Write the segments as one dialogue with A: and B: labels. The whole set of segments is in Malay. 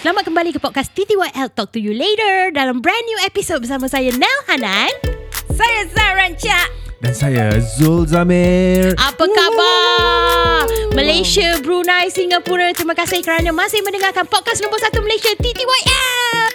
A: Selamat kembali ke podcast TTYL Talk to you later dalam brand new episode bersama saya Nel Hanan.
B: Saya Zaran Cak.
C: Dan saya Zul Zamir
A: Apa khabar? Malaysia, Brunei, Singapura. Terima kasih kerana masih mendengarkan podcast nombor 1 Malaysia TTYL.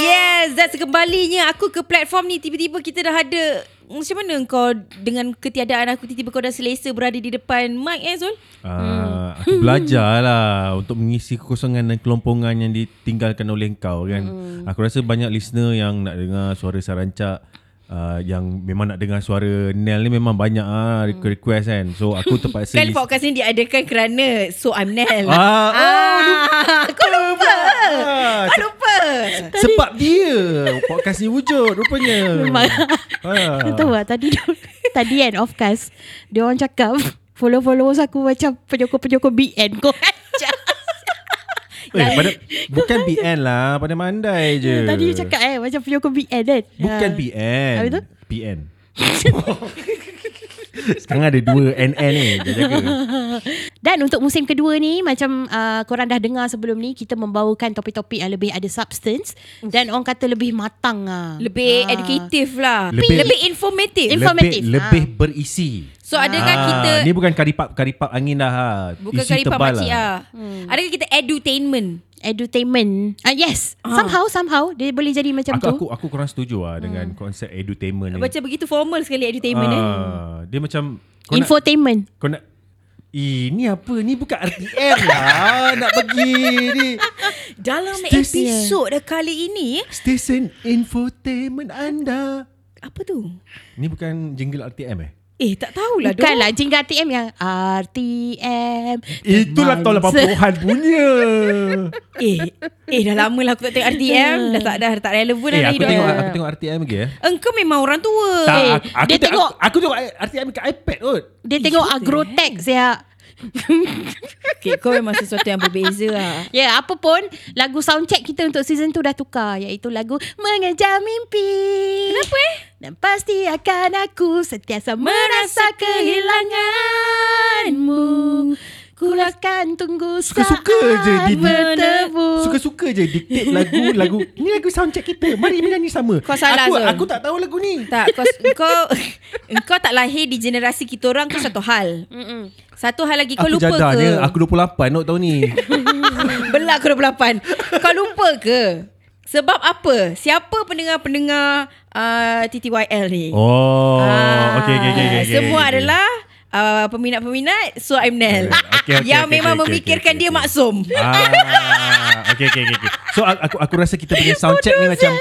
B: Yes, dan sekembalinya aku ke platform ni tiba-tiba kita dah ada macam mana kau dengan ketiadaan aku tiba-tiba kau dah selesa berada di depan mic eh Zul?
C: Ah, Aku belajar lah Untuk mengisi kekosongan dan kelompongan Yang ditinggalkan oleh kau kan Aku rasa banyak listener yang nak dengar Suara Sarancak uh, Yang memang nak dengar suara Nel ni memang banyak ah, request kan So aku terpaksa
B: Kan podcast ni diadakan kerana So I'm Nel.
C: Ah, oh,
B: ah, kau lupa.
C: Ah,
B: Kau lupa.
C: Sebab dia Podcast ni wujud rupanya
A: Memang.
C: Ah.
A: Kau tahu lah tadi tadi kan of course dia orang cakap follow-followers aku macam penyokong-penyokong BN kau.
C: Eh, pada, bukan BN lah Pada mandai je
A: Tadi you cakap eh macam penyokong BN kan.
C: ya, Bukan
A: Ah.
C: PN
A: Habis tu?
C: PN Sekarang ada dua NN ni Dah jaga
A: Dan untuk musim kedua ni Macam uh, korang dah dengar sebelum ni Kita membawakan topik-topik yang lebih ada substance Dan orang kata lebih matang lah
B: Lebih edukative lah.
C: Ah. Lebih-
B: Lebih informative.
A: Inf- Informatif.
C: Lebih, lebih berisi
B: So adakah
C: Ah,
B: kan kita
C: Ni bukan karipap-karipap angin dah ha.
B: bukan
C: Isi
B: karipap
C: tebal
B: makcik lah.
A: Hmm.
B: Adakah kita edutainment?
A: Edutainment uh, Yes Somehow somehow Dia boleh jadi macam
C: Aku,
A: tu
C: aku, aku kurang setuju lah Dengan konsep edutainment ni
B: Macam begitu formal sekali edutainment eh.
C: Hmm. Ah, Dia macam kau nak-
A: Infotainment
C: Kau nak Eh, ni apa? Ni bukan RTM lah Nak pergi ni
B: Dalam
C: Stesen.
B: episod dah kali ini
C: Stesen infotainment anda
B: Apa tu?
C: Ni bukan jingle RTM eh?
B: Eh tak tahulah
A: Bukan
B: Bukanlah
A: lah Jingga RTM yang RTM
C: Itulah lah tahun 80-an punya
B: Eh Eh dah lama lah aku tak tengok RTM Dah tak dah, dah tak relevan
C: Eh
B: dah
C: aku
B: hidup
C: tengok
B: aku.
C: aku tengok RTM lagi eh
B: Engkau memang orang tua
A: Eh,
C: aku, aku
A: dia
C: tengok,
A: tengok.
C: Aku, aku tengok RTM kat iPad kot
A: Dia tengok ya. agrotech saya
B: okay, Kau memang sesuatu yang berbeza lah
A: Ya yeah, apa pun Lagu soundcheck kita untuk season tu dah tukar Iaitu lagu Mengejar Mimpi Kenapa eh? Dan pasti akan aku sentiasa merasa kehilanganmu Kulakan tunggu saat
C: Suka-suka je dia
A: bertemu
C: Suka-suka je diktik lagu lagu Ni lagu soundcheck kita Mari menyanyi sama
B: Kau salah,
C: aku,
B: Zul.
C: aku tak tahu lagu ni
B: Tak kau, kau Engkau tak lahir di generasi kita orang Kau satu hal
A: Mm-mm.
B: Satu hal lagi kau
C: Aku
B: lupa ke
C: jadanya Aku 28 not tahun ni
B: Belak kau 28 Kau lupa ke Sebab apa Siapa pendengar-pendengar uh, TTYL ni
C: Oh
B: Ah,
C: okay, okay, okay, okay, okay,
B: Semua
C: okay.
B: adalah uh, peminat-peminat So I'm Nel.
C: Alright, okay, okay,
B: yang
C: okay,
B: memang
C: okay, okay,
B: memikirkan
C: okay,
B: dia
C: okay.
B: maksum.
C: Ah, okay, okay, okay, okay. So aku aku- aku rasa kita punya soundcheck ni macam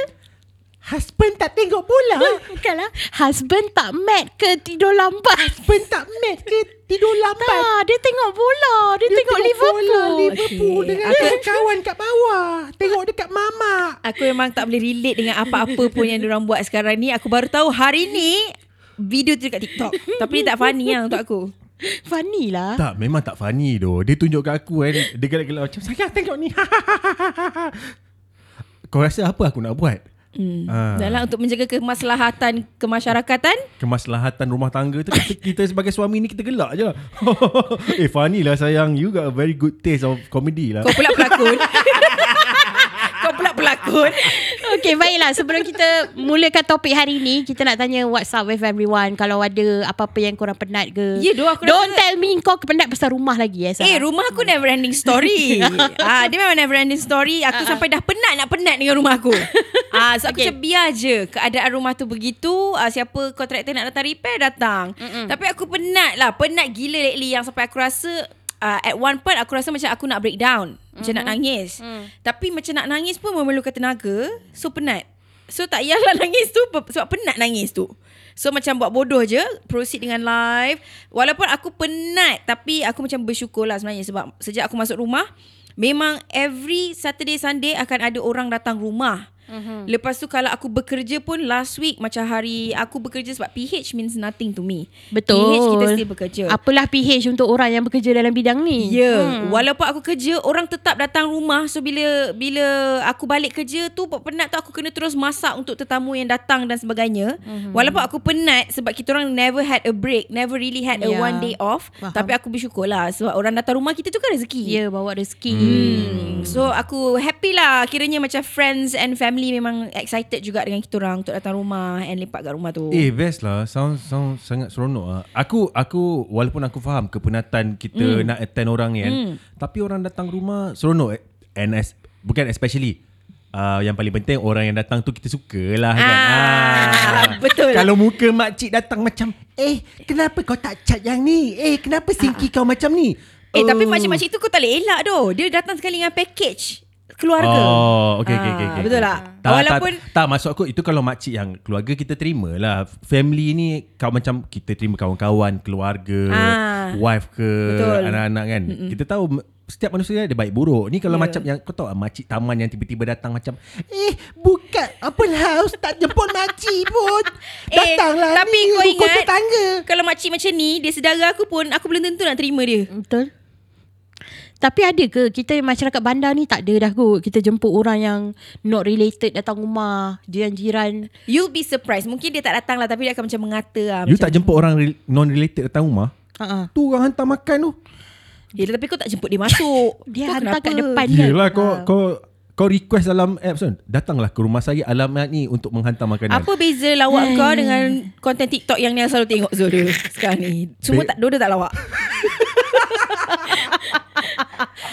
C: Husband tak tengok bola
A: Lah, Bukanlah Husband tak mad ke tidur lambat
C: Husband tak mad ke tidur lambat
A: Tak dia tengok bola Dia, dia tengok, Liverpool
B: Liverpool dengan
C: kawan kat bawah. Tengok dekat mama.
B: Aku memang tak boleh relate dengan apa-apa pun yang diorang buat sekarang ni. Aku baru tahu hari ni video tu dekat TikTok. Tapi dia tak funny lah untuk aku.
A: Funny lah
C: Tak, memang tak funny doh. Dia tunjuk kat aku kan. Dia gelak-gelak macam, saya tengok ni. Kau rasa apa aku nak buat?
B: Hmm.
C: Ah.
B: Dalam untuk menjaga kemaslahatan kemasyarakatan.
C: Kemaslahatan rumah tangga tu kita, kita sebagai suami ni kita gelak je lah. eh funny lah sayang. You got a very good taste of comedy lah.
B: Kau pula pelakon. Kau pula pelakon.
A: Okay baiklah Sebelum kita Mulakan topik hari ni Kita nak tanya What's up with everyone Kalau ada Apa-apa yang korang penat ke
B: Ya, doh, aku
A: Don't
B: rasa-
A: tell me Kau penat pasal rumah lagi eh,
B: Eh
A: Sarah.
B: rumah aku never ending story ah, Dia memang never ending story Aku sampai dah penat nak penat dengan rumah aku ah, So aku
A: Okay.
B: Ah, okay. macam biar je Keadaan rumah tu begitu ah, Siapa kontraktor nak datang repair datang Mm-mm. Tapi aku penat lah Penat gila lately Yang sampai aku rasa ah, At one point aku rasa macam aku nak breakdown Macam mm-hmm. nak nangis mm. Tapi macam nak nangis pun memerlukan tenaga So penat So tak payahlah nangis tu pe- Sebab penat nangis tu So macam buat bodoh je Proceed dengan live Walaupun aku penat Tapi aku macam bersyukur lah sebenarnya Sebab sejak aku masuk rumah Memang every Saturday Sunday Akan ada orang datang rumah Mm-hmm. Lepas tu kalau aku bekerja pun last week macam hari aku bekerja sebab PH means nothing to me.
A: Betul
B: PH kita still bekerja.
A: Apalah PH Untuk orang yang bekerja Dalam bidang ni
B: Ya, yeah. hmm. walaupun aku kerja, orang tetap datang rumah. So bila bila aku balik kerja tu pe- penat tu aku kena terus masak untuk tetamu yang datang dan sebagainya. Hmm. Walaupun aku penat sebab kita orang never had a break, never really had a
A: Ya.
B: one day off,
A: Faham.
B: tapi aku bersyukur lah sebab orang datang rumah kita tu kan rezeki.
A: Ya bawa rezeki
B: Hmm. So aku happy lah Kiranya macam friends and family Memang excited juga dengan kita orang Untuk datang rumah And lepak kat rumah tu
C: Eh best lah Sound, sound sangat seronok lah. Aku aku Walaupun aku faham Kepenatan kita mm.
B: Hmm.
C: Nak attend orang ni kan mm. Tapi orang datang rumah Seronok And as, Bukan especially Uh, yang paling penting orang yang datang tu kita suka lah kan.
B: Ah, betul.
C: Kalau muka makcik datang macam, eh kenapa kau tak cat yang ni? Eh kenapa singki kau macam ni?
B: Eh tapi
A: Oh.
B: makcik-makcik tu kau tak boleh elak doh. Dia datang sekali dengan package keluarga.
C: Oh, okay, okay,
B: Ah,
C: okay, okay.
B: Betul tak?
C: Tak,
B: Walaupun
C: tak, tak, maksud aku itu kalau makcik yang keluarga kita terima lah. Family ni kau macam kita terima kawan-kawan, keluarga,
B: Ah.
C: wife ke,
B: Betul.
C: anak-anak kan. Mm-mm. Kita tahu m- setiap manusia ada baik buruk. Ni kalau
B: Ya.
C: yeah. macam yang kau tahu tak, makcik taman yang tiba-tiba datang macam eh buka open house tak jemput makcik pun. Datanglah
B: Eh, tapi
C: ni
B: kau
C: rukun
B: ingat
C: tetangga.
B: Kalau makcik macam ni Dia sedara aku pun Aku belum tentu nak terima dia
A: Betul. Tapi ada ke kita masyarakat bandar ni tak ada dah kot. Kita jemput orang yang not related datang rumah, jiran-jiran.
B: You'll be surprised Mungkin dia tak datang lah Tapi dia akan macam mengata lah
C: You
B: macam,
C: tak jemput orang re- non-related datang rumah?
A: Ha ah.
C: Tu orang hantar makan tu.
B: Yelah, Ya, Tapi kau tak jemput dia masuk
A: Dia
B: Kau
A: hantar kat
B: kenapa?
A: depan kan.
C: Yelah kau, kau kau request dalam apps kan Datanglah ke rumah saya alamat ni Untuk menghantar makanan
B: Apa beza
A: Hmm.
B: lawak kau dengan konten TikTok yang Nia selalu tengok Zul sekarang ni?
C: Be-
B: Semua tak Dodo tak lawak.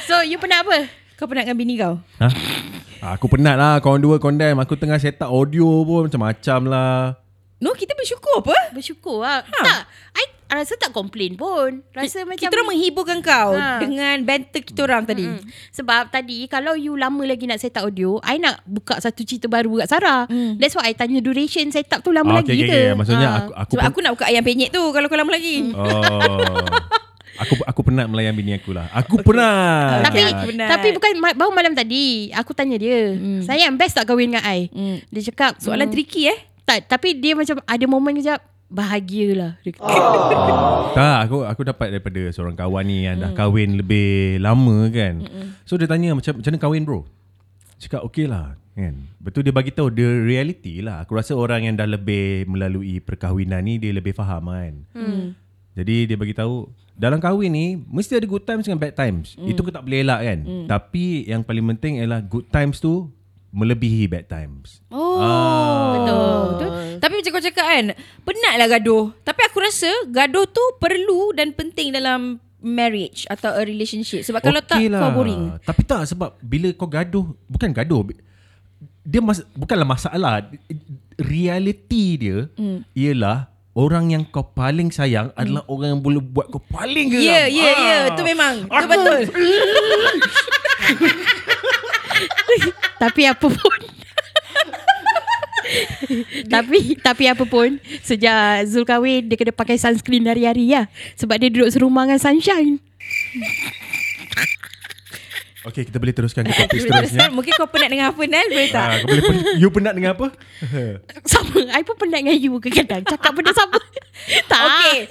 A: So you pernah apa?
B: Kau pernah dengan bini kau?
C: Ha? Aku penat lah Korang dua condemn Aku tengah set up audio pun Macam-macam lah
B: No, kita bersyukur apa?
A: Bersyukur lah. Ha. Tak. I rasa tak komplain pun. Rasa
B: Ki-
A: macam...
B: kita orang menghiburkan kau
A: Ha.
B: dengan banter kita orang tadi.
A: Mm. Sebab tadi kalau you lama lagi nak set up audio, I nak buka satu cerita baru kat Sarah. Mm. That's why I tanya duration set up tu lama
C: Ah,
A: lagi
C: okay,
A: ke?
C: okay, okay. Maksudnya
A: Ah.
C: aku aku,
B: Sebab
C: pen-
B: aku nak buka ayam penyet tu kalau kau lama lagi.
A: Mm.
C: oh, aku aku penat melayan bini aku lah. Aku okay. penat.
A: tapi
B: Ah, penat.
A: tapi bukan ma- baru malam tadi aku tanya dia, sayang best tak kahwin dengan I?
B: Mm.
A: Dia cakap
B: Soalan
A: "Hmm,
B: tricky eh.
A: tak tapi dia macam ada momen kejap bahagialah. Dia kata.
C: tak aku aku dapat daripada seorang kawan ni yang dah kahwin lebih lama kan. So dia tanya macam macam mana kahwin bro? Cakap okey lah kan. Betul dia bagi tahu the reality lah. Aku rasa orang yang dah lebih melalui perkahwinan ni dia lebih faham kan. Jadi dia bagi tahu dalam kahwin ni mesti ada good times dengan bad times. Itu kau tak boleh elak kan. Tapi yang paling penting ialah good times tu melebihi bad times.
B: Oh,
C: Ah.
B: betul. betul. Tapi macam kau cakap kan, penatlah gaduh. Tapi aku rasa gaduh tu perlu dan penting dalam marriage atau a relationship. Sebab Ah, kalau
C: Okey lah.
B: tak
A: lah.
B: kau boring.
C: Tapi tak sebab bila kau gaduh, bukan gaduh. bi- Dia mas, bukanlah masalah. Reality dia
B: Hmm.
C: mm. ialah orang yang kau paling sayang mm. adalah orang yang boleh buat kau paling geram.
B: Ya, ya, ya.
C: Ah.
B: Tu memang. Tu betul.
A: Tapi apa pun tapi tapi apa pun sejak Zul kahwin dia kena pakai sunscreen hari-hari lah sebab dia duduk serumah dengan sunshine.
C: Okay, kita boleh teruskan ke topik
B: Ustaz,
C: seterusnya.
B: mungkin kau penat dengan apa Nal Boleh tak?
C: Ah, kau boleh pen- you penat dengan apa? Eh,
A: Sama, I pun penat dengan you ke kadang cakap benda sama. tak.
B: Okay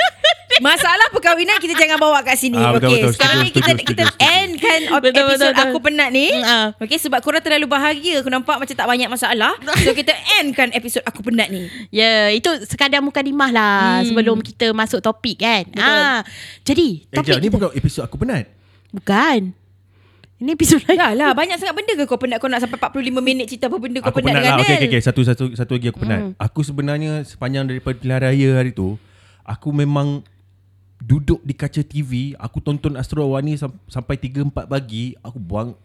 B: Masalah perkahwinan Kita jangan bawa kat sini
C: Ah, betul,
B: Okay
C: betul.
B: Sekarang ni
C: Setuju,
B: kita
C: setuju,
B: Kita
C: setuju, setuju.
B: end kan
A: Betul,
B: Episod
A: betul, betul.
B: aku penat ni
A: Mm, ah.
B: Okay sebab korang terlalu bahagia Aku nampak macam tak banyak masalah So kita end kan Episod aku penat ni
A: Ya, yeah, itu sekadar mukadimah lah hmm. sebelum kita masuk topik kan. Ah. Jadi,
C: Eh,
A: topik
C: jap, ni
A: kita.
C: bukan episod aku penat.
A: bukan. Ini episod lain.
B: Dah lah Banyak sangat benda ke kau penat Kau nak sampai 45 minit Cerita apa benda kau
C: aku penat,
B: penat, dengan Hmm.
C: lah. Okay,
B: Nal
C: okay, okay. Satu, satu, satu lagi aku penat. Aku sebenarnya sepanjang daripada pilihan raya hari tu, aku memang duduk di kaca TV, aku tonton Astro Awani sam- sampai 3-4 pagi, aku buang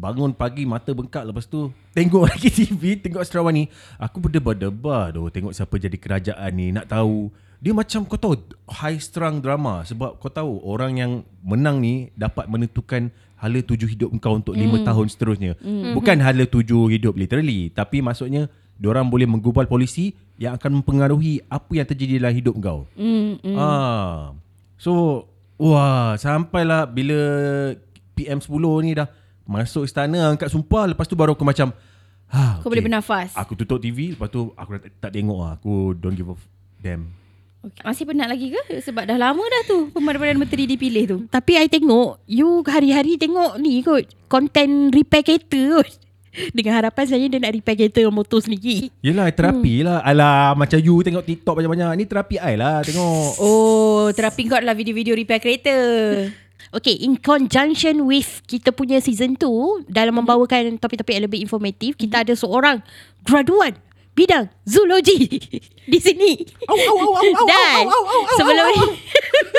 C: bangun pagi mata bengkak lepas tu tengok lagi TV, tengok Astro Awani. Aku berdebar-debar doh tengok siapa jadi kerajaan ni, nak tahu. Dia macam kau tahu high strung drama sebab kau tahu orang yang menang ni dapat menentukan hala tuju hidup kau untuk lima tahun seterusnya. Bukan hala tuju hidup literally tapi maksudnya diorang boleh menggubal polisi yang akan mempengaruhi apa yang terjadi dalam hidup kau. Mm, mm.
B: Hmm.
C: Ah. So, wah, sampailah bila PM10 ni dah masuk istana angkat sumpah lepas tu baru aku macam ha,
B: Kau boleh bernafas
C: Aku tutup TV lepas tu aku dah tak, tak tengok lah. Aku don't give a f- damn.
B: okay. Masih penat lagi ke? Sebab dah lama dah tu Pemadaman Menteri dipilih tu
A: Tapi I tengok You hari-hari tengok ni kot Content repair kereta kot Dengan harapan saya Dia nak repair kereta Motor sendiri
C: Yelah
B: Hmm.
C: terapi lah Alah macam you tengok TikTok banyak-banyak Ni terapi I lah tengok
B: Oh Terapi kau adalah video-video repair kereta
A: Okay, in conjunction with kita punya season 2 dalam
B: Mhm.
A: membawakan topik-topik yang lebih informatif, kita ada seorang graduan bidang zoologi di sini.
B: Au, au, au, au, au,
A: Dan
B: au, au, au, au,
A: sebelum
B: au,
A: ni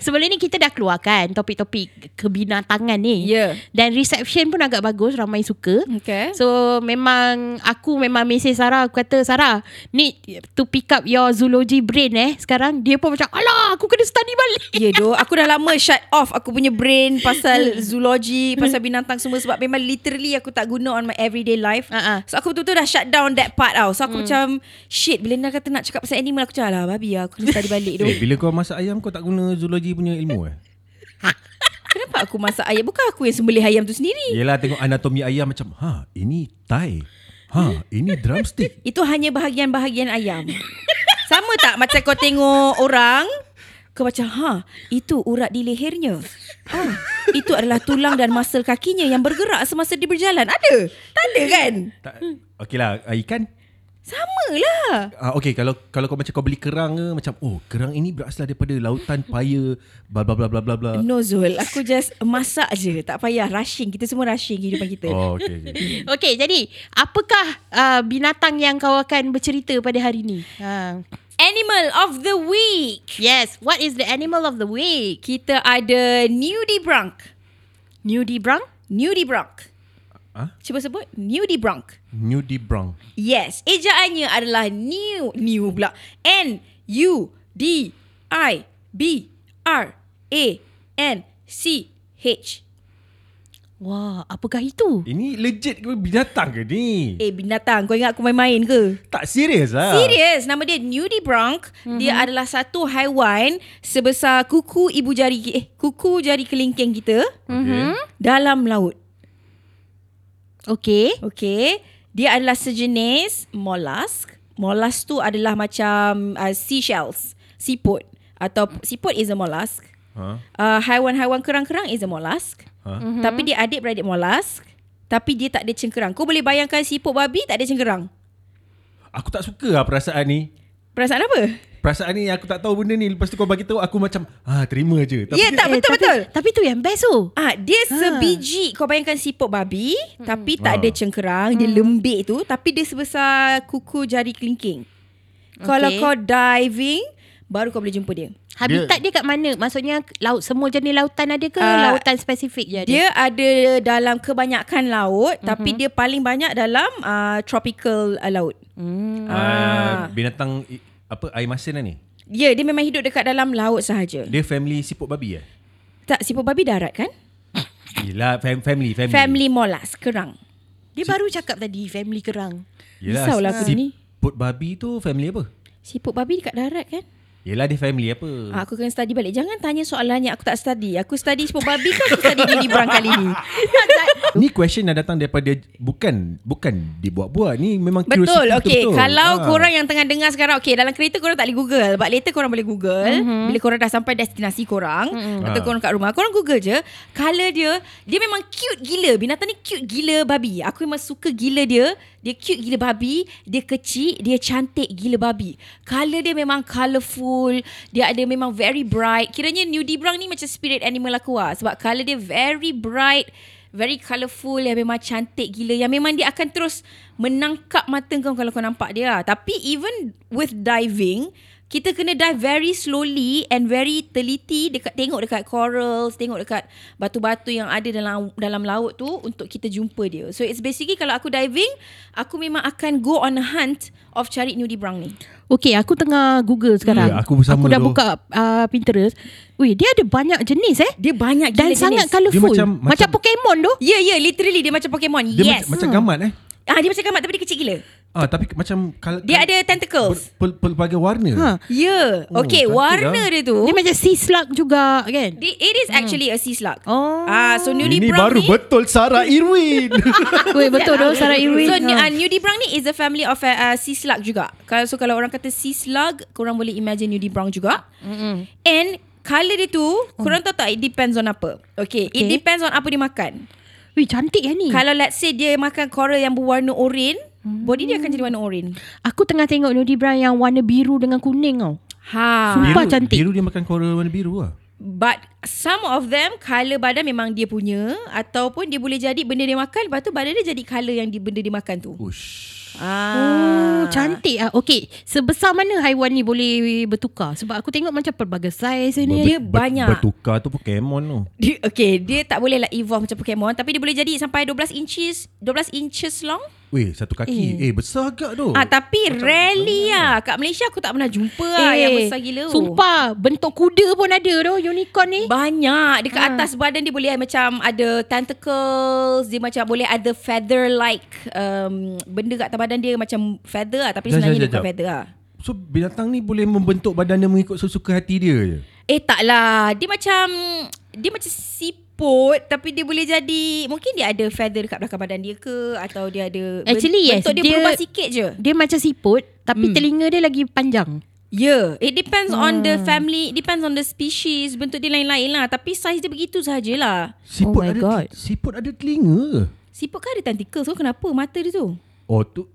A: sebelum ni kita dah keluarkan topik-topik kebinatangan ni.
B: Ya.
A: Dan reception pun agak bagus, ramai suka.
B: Okay.
A: So memang aku memang mesej Sarah aku kata Sarah need to pick up your zoology brain eh sekarang dia pun macam alah aku kena study balik.
B: Ya doh, aku dah lama shut off aku punya brain pasal zoologi, pasal binatang semua sebab memang literally aku tak guna on my everyday life.
A: Ah, ah.
B: So aku betul-betul dah shut down that part tau. So aku macam shit bila nak kata nak cakap pasal animal aku macam alah babi lah, aku kena study balik doh.
C: Eh, bila kau masak ayam kau tak guna zoologi punya ilmu eh?
B: Kenapa aku masak ayam? Bukan aku yang sembelih ayam tu sendiri.
C: Yelah tengok anatomi ayam macam ha ini thigh. Ha ini drumstick.
B: Itu hanya bahagian-bahagian ayam. Sama tak macam kau tengok orang kau macam ha itu urat di lehernya. Ah, itu adalah tulang dan muscle kakinya yang bergerak semasa dia berjalan. Ada? Tak ada kan?
C: Tak, okay lah ah, ikan.
B: Sama lah.
C: Ah, okay kalau kalau kau macam kau beli kerang ke macam oh kerang ini berasal daripada lautan paya bla bla bla bla bla bla.
B: No Zul, aku just masak je. Tak payah rushing. Kita semua rushing kehidupan kita.
C: Oh
B: Oh.
C: okay, okay.
A: Okey jadi apakah uh, binatang yang kau akan bercerita pada hari ni? Ha.
B: Animal of the week.
A: Yes, what is the animal of the week?
B: Kita ada nudibranch.
A: Nudibranch?
B: Nudibranch.
C: Ah?
B: Cuba sebut nudibranch.
C: Nudibranch.
B: Yes, ejaannya adalah new new pula. N U D I B R A N C H.
A: Wah, apakah itu?
C: Ini legit ke binatang ke ni?
B: Eh binatang, kau ingat aku main-main ke?
C: Tak serius lah.
B: Serius, nama dia nudibranch. Mm-hmm. Dia adalah satu haiwan sebesar kuku ibu jari eh kuku jari kelingking kita
C: Okay.
B: Mhm. dalam laut.
A: Okey.
B: Okey. Dia adalah sejenis mollusk. Mollusk tu adalah macam uh, seashells, siput atau siput is a mollusk.
C: Ha?
B: Uh, haiwan-haiwan kerang-kerang is a mollusk.
C: Ha?
B: Mm-hmm. Tapi dia adik-beradik mollusk. Tapi dia tak ada cengkerang. Kau boleh bayangkan siput babi tak ada cengkerang.
C: Aku tak suka lah perasaan ni.
B: Perasaan apa?
C: Perasaan ni aku tak tahu benda ni. Lepas tu kau bagi tahu aku macam ah terima je. Tapi
B: Ya, tak betul-betul.
A: Tapi, tapi tu yang best tu. Oh.
B: Ah, dia ha. sebiji. Kau bayangkan siput babi mm tapi tak ada
C: Ah.
B: cengkerang, dia lembik tu tapi dia sebesar kuku jari kelingking. Kalau
A: Okay.
B: kau diving baru kau boleh jumpa dia.
A: Habitat dia, dia kat mana? Maksudnya laut semua jenis lautan ada ke?
B: Ah,
A: lautan spesifik je ada?
B: Dia ada dalam kebanyakan laut mm-hmm. tapi dia paling banyak dalam uh, tropical uh, laut.
C: ah. Uh, binatang i- apa air masin lah ni.
B: Ya, dia memang hidup dekat dalam laut sahaja.
C: Dia family siput babi eh?
B: Tak siput babi darat kan?
C: Yelah fam- family family.
B: Family mollusk kerang.
A: dia baru cakap tadi family kerang.
C: Yelah,
B: Risaulah aku ni.
C: Siput babi tu family apa?
B: Siput babi dekat darat kan?
C: Yelah dia family apa?
B: Ah, aku kena study balik. Jangan tanya soalan yang aku tak study. Aku study siput babi ke aku study di berang kali ni?
C: Ni question dah datang daripada bukan bukan dibuat-buat. Ni memang
B: Betul.
C: curiosity
B: Okay.
C: betul-betul.
B: Kalau
C: Ah.
B: korang yang tengah dengar sekarang, okay, dalam kereta korang tak boleh Google. But later korang boleh Google. Mm-hmm. Bila korang dah sampai destinasi korang, mm-hmm. atau
C: Ah.
B: korang kat rumah, korang Google je. Color dia, dia memang cute gila. Binatang ni cute gila babi. Aku memang suka gila dia. Dia cute gila babi. Dia kecil. Dia cantik gila babi. Color dia memang colourful. Dia ada memang very bright. Kiranya nudibranch ni macam spirit animal aku lah. Sebab color dia very bright very colourful yang memang cantik gila yang memang dia akan terus menangkap mata kau kalau kau nampak dia lah. tapi even with diving kita kena dive very slowly and very teliti dekat tengok dekat corals tengok dekat batu-batu yang ada dalam dalam laut tu untuk kita jumpa dia so it's basically kalau aku diving aku memang akan go on a hunt of cari nudibranch ni
A: Okey, aku tengah Google sekarang.
C: Ya, aku bersama
A: aku dah
C: tu.
A: buka uh, Pinterest. Wih, dia ada banyak jenis eh.
B: dia banyak gila
A: Dan
B: jenis.
A: sangat colourful.
C: Dia
A: Macam,
C: macam-
A: macam
C: macam-
A: Pokemon tu.
B: ya yeah, ya yeah, literally dia macam pokemon
C: dia
B: yes
C: macam, macam gamat eh.
B: ah dia macam gamat tapi dia kecil gila
C: Ah tapi ke- macam kalau
B: dia ada tentacles
C: pel, pelbagai warna.
A: Ha.
B: Ya, yeah.
C: Oh,
B: okay,
C: cantik
B: warna
C: lah.
B: dia tu.
A: Dia macam sea slug juga kan.
B: Dia, it is actually a sea slug.
A: Oh.
B: Ah, so nudibranch ni
C: betul Sarah Irwin.
A: Weh, betul doh Sarah Irwin.
B: So
A: Ha.
B: uh, nudibranch ni is a family of uh, uh, sea slug juga. Kalau so kalau orang kata sea slug, korang boleh imagine nudibranch juga. Mm-mm. And color dia tu, korang tahu tak it depends on apa. Okay, okay, it
A: Okay.
B: depends on apa dia makan.
A: Wih, cantik ya ni.
B: Kalau let's say dia makan coral yang berwarna oren, body dia akan jadi warna oren.
A: Aku tengah tengok Nudibranch yang warna biru dengan kuning tau.
B: Ha.
A: Sumpah cantik.
C: Biru dia makan coral warna biru lah.
B: But some of them color badan memang dia punya ataupun dia boleh jadi benda dia makan lepas tu badan dia jadi color yang di, benda dia makan tu.
C: Ush.
A: Oh,
B: Ah.
A: cantik ah. Okey, sebesar mana haiwan ni boleh bertukar? Sebab aku tengok macam pelbagai saiz ni.
B: Dia banyak.
C: Bertukar tu Pokemon tu.
B: Dia, okay, dia tak boleh lah evolve macam Pokemon tapi dia boleh jadi sampai 12 inches, 12 inches long.
C: Weh, satu kaki. Eh, eh besar agak tu.
B: Ah tapi rarely lah. Kat Malaysia aku tak pernah jumpa lah yang besar gila. tu.
A: Eh, Sumpah, bentuk kuda pun ada tu unicorn ni.
B: Banyak Dekat ha. atas badan dia boleh Macam ada tentacles Dia macam boleh ada feather like um, Benda kat atas badan dia Macam feather lah Tapi
C: Jap,
B: sebenarnya
C: jap,
B: dia
C: jap,
B: bukan
C: jap.
B: feather lah
C: So binatang ni boleh membentuk badan dia mengikut sesuka hati dia je.
B: Eh tak lah Dia macam Dia macam siput Tapi dia boleh jadi Mungkin dia ada feather Dekat belakang badan dia ke Atau dia ada ben-
A: Actually, yes,
B: Bentuk dia,
A: dia-
B: berubah sikit je
A: Dia macam siput tapi telinga dia lagi panjang.
B: Yeah It depends on the family Depends on the species Bentuk dia lain-lain lah Tapi size dia begitu sajalah
C: Siput
A: my
C: ada
A: God.
C: siput ada telinga.
B: Siput kan ada tentacles tu Kenapa mata dia tu
C: Oh tu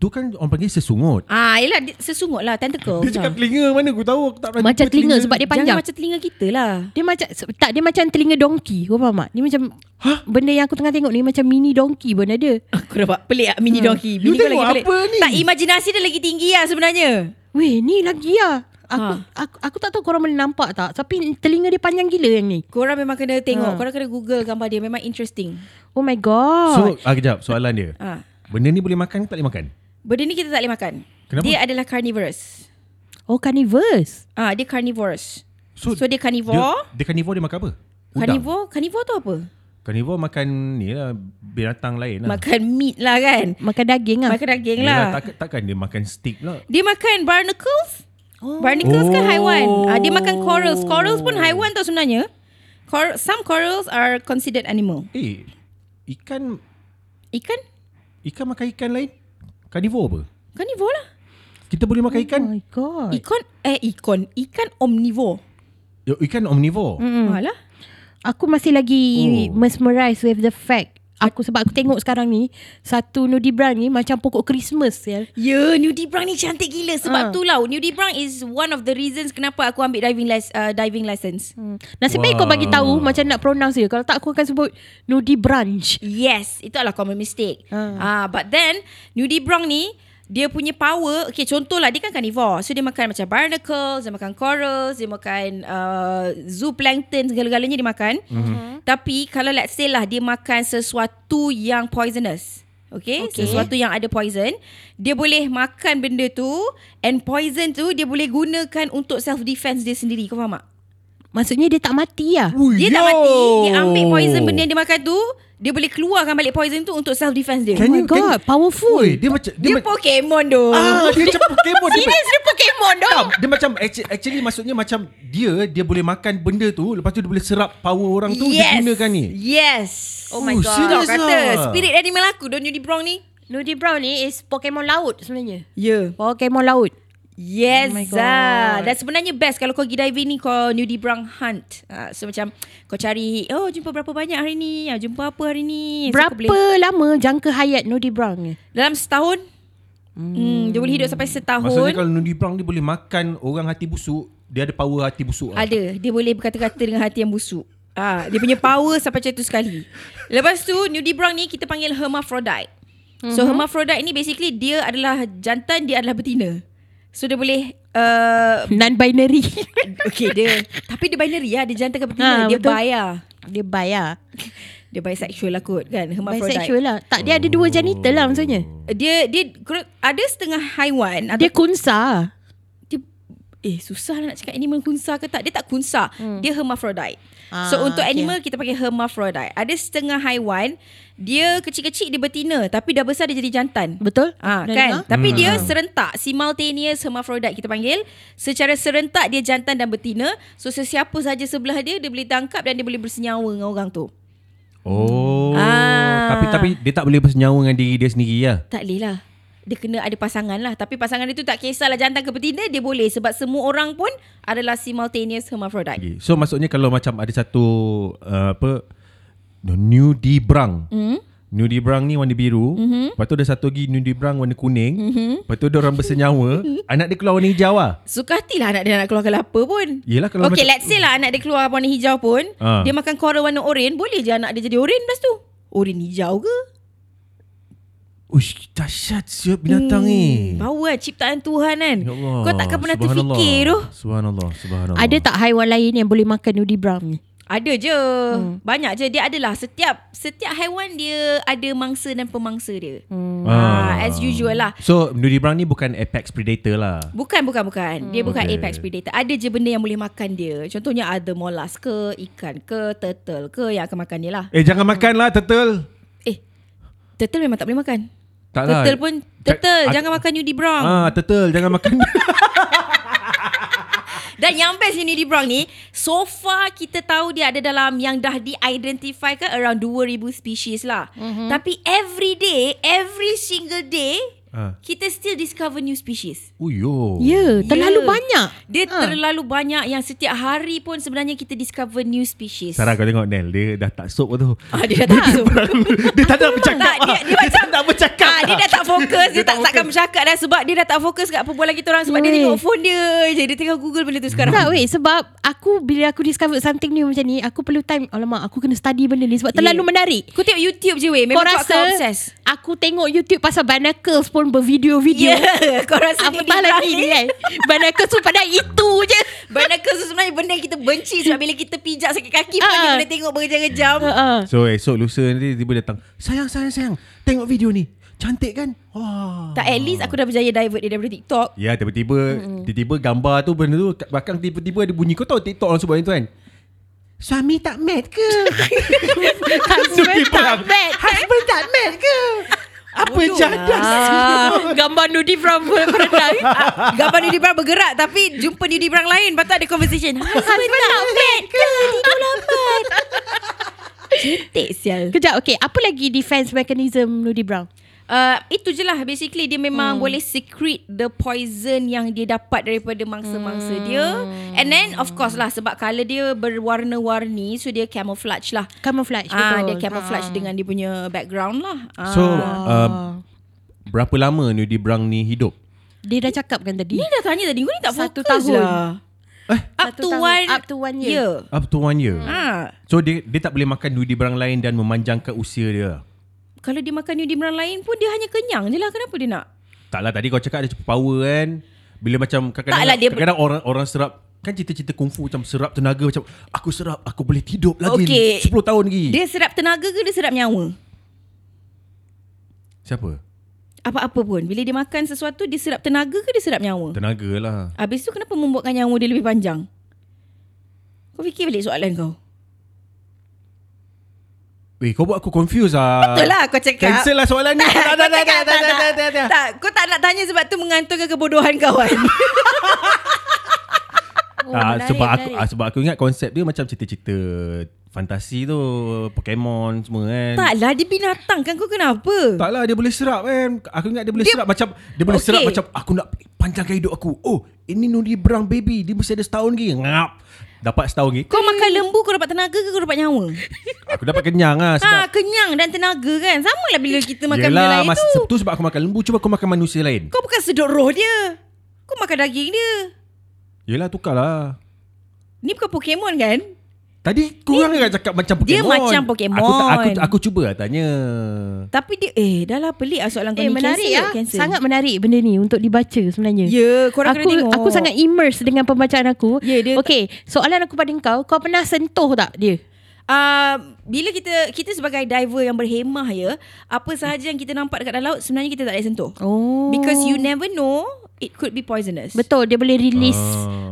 C: tu kan orang panggil sesungut.
B: Ah, yelah dia- sesungut lah tentacle.
C: Dia cakap telinga mana aku tahu aku tak pernah
A: Macam
C: jumpa
A: telinga sebab dia
B: Jangan
A: panjang.
B: macam telinga kita lah.
A: Dia macam se- tak dia macam telinga donkey. Kau faham tak? Dia macam Hah? benda yang aku tengah tengok ni macam mini donkey pun ada.
B: Aku nampak pelik lah mini donkey.
C: You
B: kau
C: tengok apa ni?
B: Tak, imajinasi dia lagi tinggi lah sebenarnya.
A: Weh, ni lagi lah. Aku, aku aku tak tahu korang boleh nampak tak Tapi telinga dia panjang gila yang ni
B: Korang memang kena tengok. Korang kena google gambar dia. Memang interesting.
A: Oh my
C: So,
A: god
C: ah, kejap soalan dia.
B: Ha.
C: Benda ni boleh makan ke tak boleh makan?
B: Benda ni kita tak boleh makan.
C: Kenapa?
B: Dia adalah carnivorous.
A: Oh carnivorous
B: Ah, dia carnivorous.
C: So,
B: So, dia carnivore.
C: Dia, dia carnivore dia makan apa?
B: Carnivore, carnivore tu apa?
C: Carnivore makan ni lah binatang lain lah.
B: Makan meat lah kan.
A: Makan daging lah
B: Makan daging
C: Yelah,
B: lah.
C: tak, takkan dia makan steak lah.
B: Dia makan barnacles. Oh. Barnacles kan
C: Oh.
B: haiwan. Uh, dia makan corals. Corals pun haiwan tau sebenarnya. Cor- some corals are considered animal.
C: Eh, ikan
B: Ikan?
C: ikan makan ikan lain? Carnivore apa?
B: Carnivore lah.
C: Kita boleh makan ikan?
A: Oh
B: Hmm.
A: my god
B: Ikan eh ikon. Ikan omnivore.
C: Ya, Ikan omnivore.
B: Hmm. Alah.
A: Aku masih lagi
C: Oh.
A: oh. mesmerised with the fact Aku sebab aku tengok sekarang ni Satu Nudibran ni macam pokok Christmas ya.
B: Ya, yeah, Nudie Brown ni cantik gila sebab uh. tu lah. Nudie Brown is one of the reasons kenapa aku ambil diving license. Uh, diving license. Hmm.
A: Nasib baik kau
C: Wow.
A: bagi tahu macam nak pronounce dia Kalau tak aku akan sebut Nudibranch
B: Yes, itu adalah common mistake.
A: Ah.
B: Ah, uh. but then Nudie Brown ni dia punya power, okay contohlah dia kan carnivore. So dia makan macam barnacles, dia makan corals, dia makan uh, zooplankton segala-galanya dia makan. Mm-hmm. Tapi kalau let's say lah dia makan sesuatu yang poisonous. Okay? okay,
A: Okay.
B: sesuatu yang ada poison, dia boleh makan benda tu and poison tu dia boleh gunakan untuk self defense dia sendiri. Kau faham tak?
A: Maksudnya dia tak mati lah
C: Ui,
B: Dia
C: yo.
B: tak mati, dia ambil poison benda yang dia makan tu, dia boleh keluarkan balik poison tu untuk self defense dia.
A: Can Oh my God, powerful.
C: Ui, Kan? dia macam
B: Dia
C: ma-
B: Pokemon tu.
C: Ah, dia macam Pokemon. Dia
B: Serius dia Pokemon tu.
C: Tak, dia macam actually, actually maksudnya macam dia dia boleh makan benda tu lepas tu dia boleh serap power orang tu dia gunakan ni.
B: Yes. Oh my
C: Oh,
B: god.
C: serious
B: Kau kata
C: lah.
B: spirit animal aku Don Yudi Brown ni.
A: Nudibran ni is Pokemon laut sebenarnya
B: Ya. Yeah.
A: Pokemon laut
B: Yes.
A: Oh my
B: Oh
A: God.
B: Dan sebenarnya best kalau kau pergi diving ni kau Nudie Brown hunt. Ah, so macam kau cari oh jumpa berapa banyak hari ni? Ah, jumpa apa hari ni? So, kau
A: Berapa
B: boleh-
A: lama jangka hayat Nudibran ni
B: Dalam setahun. Hmm. dia boleh hidup sampai setahun.
C: Maksudnya kalau Nudi Brown dia boleh makan orang hati busuk, dia ada power hati busuk. lah.
B: Ada. Dia boleh berkata-kata dengan hati yang busuk. Ah, dia punya power sampai macam tu sekali. Lepas tu Nudie Brown ni kita panggil hermaphrodite.
A: Mhm.
B: So hermaphrodite ni basically dia adalah jantan, dia adalah betina. So dia boleh uh,
A: Non-binary
B: Okay dia Tapi dia binary lah Dia jantan ke betina
A: Ah,
B: Dia
A: betul.
B: bi lah
A: Dia bi lah
B: Dia bisexual lah kot kan Hermaphrodite Oh.
A: Bisexual lah Tak dia ada dua genital lah maksudnya
B: Dia dia Ada setengah haiwan
A: Dia kunsa
B: dia eh susah lah nak cakap animal kunsa ke tak dia tak kunsa hmm. dia hermaphrodite ah,
A: Ah,
B: so untuk
A: okay.
B: animal kita panggil hermaphrodite ada setengah haiwan dia kecil-kecil dia betina tapi dah besar dia jadi jantan
A: Betul?
B: Ah
A: Dah
B: kan
A: dengar?
B: tapi dia serentak simultaneous hermaphrodite kita panggil secara serentak dia jantan dan betina so sesiapa saja sebelah dia dia boleh tangkap dan dia boleh bersenyawa dengan orang tu
C: Oh.
B: Ah.
C: Tapi tapi dia tak boleh bersenyawa dengan diri dia sendiri lah.
B: tak boleh lah dia kena ada pasangan lah tapi pasangan dia tu tak kisahlah jantan ke betina dia boleh sebab semua orang pun adalah simultaneous hermaphrodite
C: Okay.
B: Hmm?
C: So maksudnya kalau macam ada satu uh, apa the Nudi Brown. Mm. Nudi Brang ni warna biru mm-hmm. Lepas tu ada satu lagi Nudi Brang warna kuning mm-hmm. Lepas tu dia orang bersenyawa Anak dia keluar warna hijau lah
B: Suka hatilah anak dia nak keluarkan lapar pun.
C: Yelah kalau
B: okay,
C: macam-
B: let's say lah anak dia keluar warna hijau pun,
C: Ah.
B: dia makan koral warna oren, boleh je anak dia jadi oren lepas tu. Oren hijau ke?
C: Ush dahsyat siap binatang ni eh.
B: Bau kan ciptaan Tuhan kan.
C: Ya Allah,
B: Kau takkan pernah
C: subhanallah.
B: terfikir tu.
C: Subhanallah Subhanallah
A: Ada tak haiwan lain yang boleh makan nudi brown
B: Oh.
A: ni?
B: Ada je. Hmm. Banyak je dia adalah setiap setiap haiwan dia ada mangsa dan pemangsa dia. Hmm. Ah, as usual lah.
C: So Nudi Brang ni bukan apex predator lah
B: Bukan bukan bukan. Dia bukan
C: Okay.
B: okay. apex predator. Ada je benda yang boleh makan dia. Contohnya ada molas ke, ikan ke, turtle ke yang akan makan dia lah.
C: Eh jangan makan lah turtle
B: Eh, turtle memang tak boleh makan.
C: Tak lah.
B: turtle pun turtle
C: Ca-
B: jangan makan Unibrown.
C: Ah, turtle jangan makan
B: Dan yang best Unibrown ni, so far kita tahu dia ada dalam yang dah di-identify kan around 2000 species lah.
A: Mhm.
B: Tapi every day, every single day,
C: Ah.
B: kita still discover new species.
C: Uyo
A: Ya, terlalu
B: Ya.
A: banyak. Ah.
B: Dia terlalu banyak yang setiap hari pun sebenarnya kita discover new species.
C: Sarah kau tengok Nel Dia dah tak sop tu
B: Ah, dia dah tak masuk.
C: Dia tak nak bercakap
B: Tak, dia, dia macam
C: tak bercakap
B: Ah, dia dah tak fokus Dia, tak, takkan bercakap dah Sebab dia dah tak fokus Kat perbualan kita orang Sebab dia
A: Weh. Hmm.
B: tengok phone dia je Dia tengah google benda tu sekarang
A: Tak weh sebab aku bila aku discover something new macam ni aku perlu time alamak aku kena study benda ni sebab terlalu
B: Yeah.
A: menarik.
B: Kau tengok YouTube je weh Ya. Memang
A: kau
B: kau,
A: rasa
B: kau obses
A: aku tengok YouTube pasal Barnacles pun bervideo-video.
B: Ya yeah, Kau rasa ni
A: Apatah
B: dia
A: lagi ni
B: berani.
A: kan. Barnacles tu padahal itu je.
B: Barnacles tu sebenarnya benda yang kita benci
A: Hmm.
B: Sebab bila kita pijak sakit kaki pun
A: Ah.
B: Kita boleh tengok berjam-jam
A: Uh,
C: So esok lusa nanti Tiba datang Sayang sayang sayang Tengok video ni Cantik kan Wah
B: Tak at least aku dah berjaya divert dia daripada TikTok
C: Ya tiba-tiba Tiba-tiba gambar tu Benda tu kat belakang tiba-tiba ada bunyi Kau tahu TikTok orang sebut yang tu kan Suami tak mad ke?
A: husband tak bad.
C: Husband tak mad ke? Apa
B: Bodoh lah.
C: jadah
A: Ah, gambar nudi from perenang.
B: Ah, Gambar Nudi Brang bergerak Tapi jumpa Nudi Brang lain Lepas tu ada conversation Husband tak bad ke Tidur lambat Cetek sial
A: Kejap, okay. Apa lagi defense mechanism Nudi Brown?
B: Uh, itu je lah basically dia memang hmm. boleh secret the poison yang dia dapat daripada mangsa-mangsa hmm. dia and then of course lah sebab colour dia berwarna-warni so dia camouflage lah
A: Camouflage,
B: ah
A: betul.
B: dia camouflage
A: Ah.
B: dengan dia punya background lah ah.
C: So uh, Berapa lama Nudi Brang ni hidup?
A: Dia dah cakap kan tadi.
B: ni dah tanya tadi kau ni tak
A: Satu
B: fokus
A: tahun.
B: lah
C: Eh?
B: up
A: Satu
B: to
A: tahun.
B: one
A: Up to one year.
C: Up to one year
B: ha
C: So dia dia tak boleh makan Nudi Brang lain Dan memanjangkan usia dia
B: kalau dia makan nudie brand lain pun dia hanya kenyang je lah kenapa dia nak
C: Taklah lah, tadi kau cakap ada super power kan. Bila macam kadang-kadang,
B: Taklah, lah, dia-
C: kadang-kadang orang orang serap kan cita-cita kungfu macam serap tenaga macam aku serap aku boleh hidup lagi 10
B: Okey.
C: tahun lagi.
B: dia serap tenaga ke dia serap nyawa
C: Siapa?
B: apa-apa pun bila dia makan sesuatu dia serap tenaga ke dia serap nyawa
C: Tenaga lah.
B: Habis tu kenapa membuatkan nyawa dia lebih panjang? Kau fikir balik soalan kau.
C: Weh Eh, kau buat aku confuse ah.
B: Betul lah kau cakap.
C: Cancel lah soalan ni.
B: Kau
C: Tak tak tak
B: cakap,
C: tak tak tak tak. tak.
B: Tak, kau tak nak tanya sebab tu mengantunkan kebodohan kan? kawan.
A: Oh,
C: Ah,
A: menarik,
C: sebab aku
A: menarik.
C: ah, sebab aku ingat konsep dia macam cerita-cerita fantasi tu, Pokemon semua kan.
B: Taklah dia binatang kan kau kenapa?
C: Taklah dia boleh serap kan. Aku ingat dia boleh
B: Dia-
C: serap macam dia boleh
B: Okey.
C: serap macam aku nak panjangkan hidup aku. Oh, ini Nuri Brang baby, dia mesti ada setahun lagi. Ngap. Dapat setahun lagi.
B: Kau makan lembu kau dapat tenaga ke kau dapat nyawa?
C: Aku dapat kenyang lah
B: ha,
C: sedap.
B: kenyang dan tenaga kan. Sama lah bila kita makan benda
C: Yelah,
B: lain
C: mas-
B: tu.
C: tu sebab aku makan lembu, cuba aku makan manusia lain.
B: Kau bukan sedut roh dia. Kau makan daging dia.
C: Yelah, lah. tukarlah.
B: Ni bukan Pokemon kan?
C: Tadi korang kan cakap macam Pokemon.
B: dia macam Pokemon.
C: Aku, tak- aku, aku cuba lah tanya.
B: Tapi dia eh dah lah pelik lah soalan kau
A: Eh
B: ni
A: menarik
B: cancel,
A: ya.
B: cancel.
A: Sangat menarik benda ni untuk dibaca sebenarnya.
B: Ya, yeah, korang
A: aku,
B: kena tengok.
A: Aku sangat immersed dengan pembacaan aku.
B: Ya, dia-
A: okay, soalan aku pada kau, kau pernah sentuh tak dia?
B: Uh, bila kita kita sebagai diver yang berhemah ya, apa sahaja yang kita nampak dekat dalam laut sebenarnya kita tak boleh sentuh.
A: Oh.
B: Because you never know it could be poisonous.
A: Betul, dia boleh release.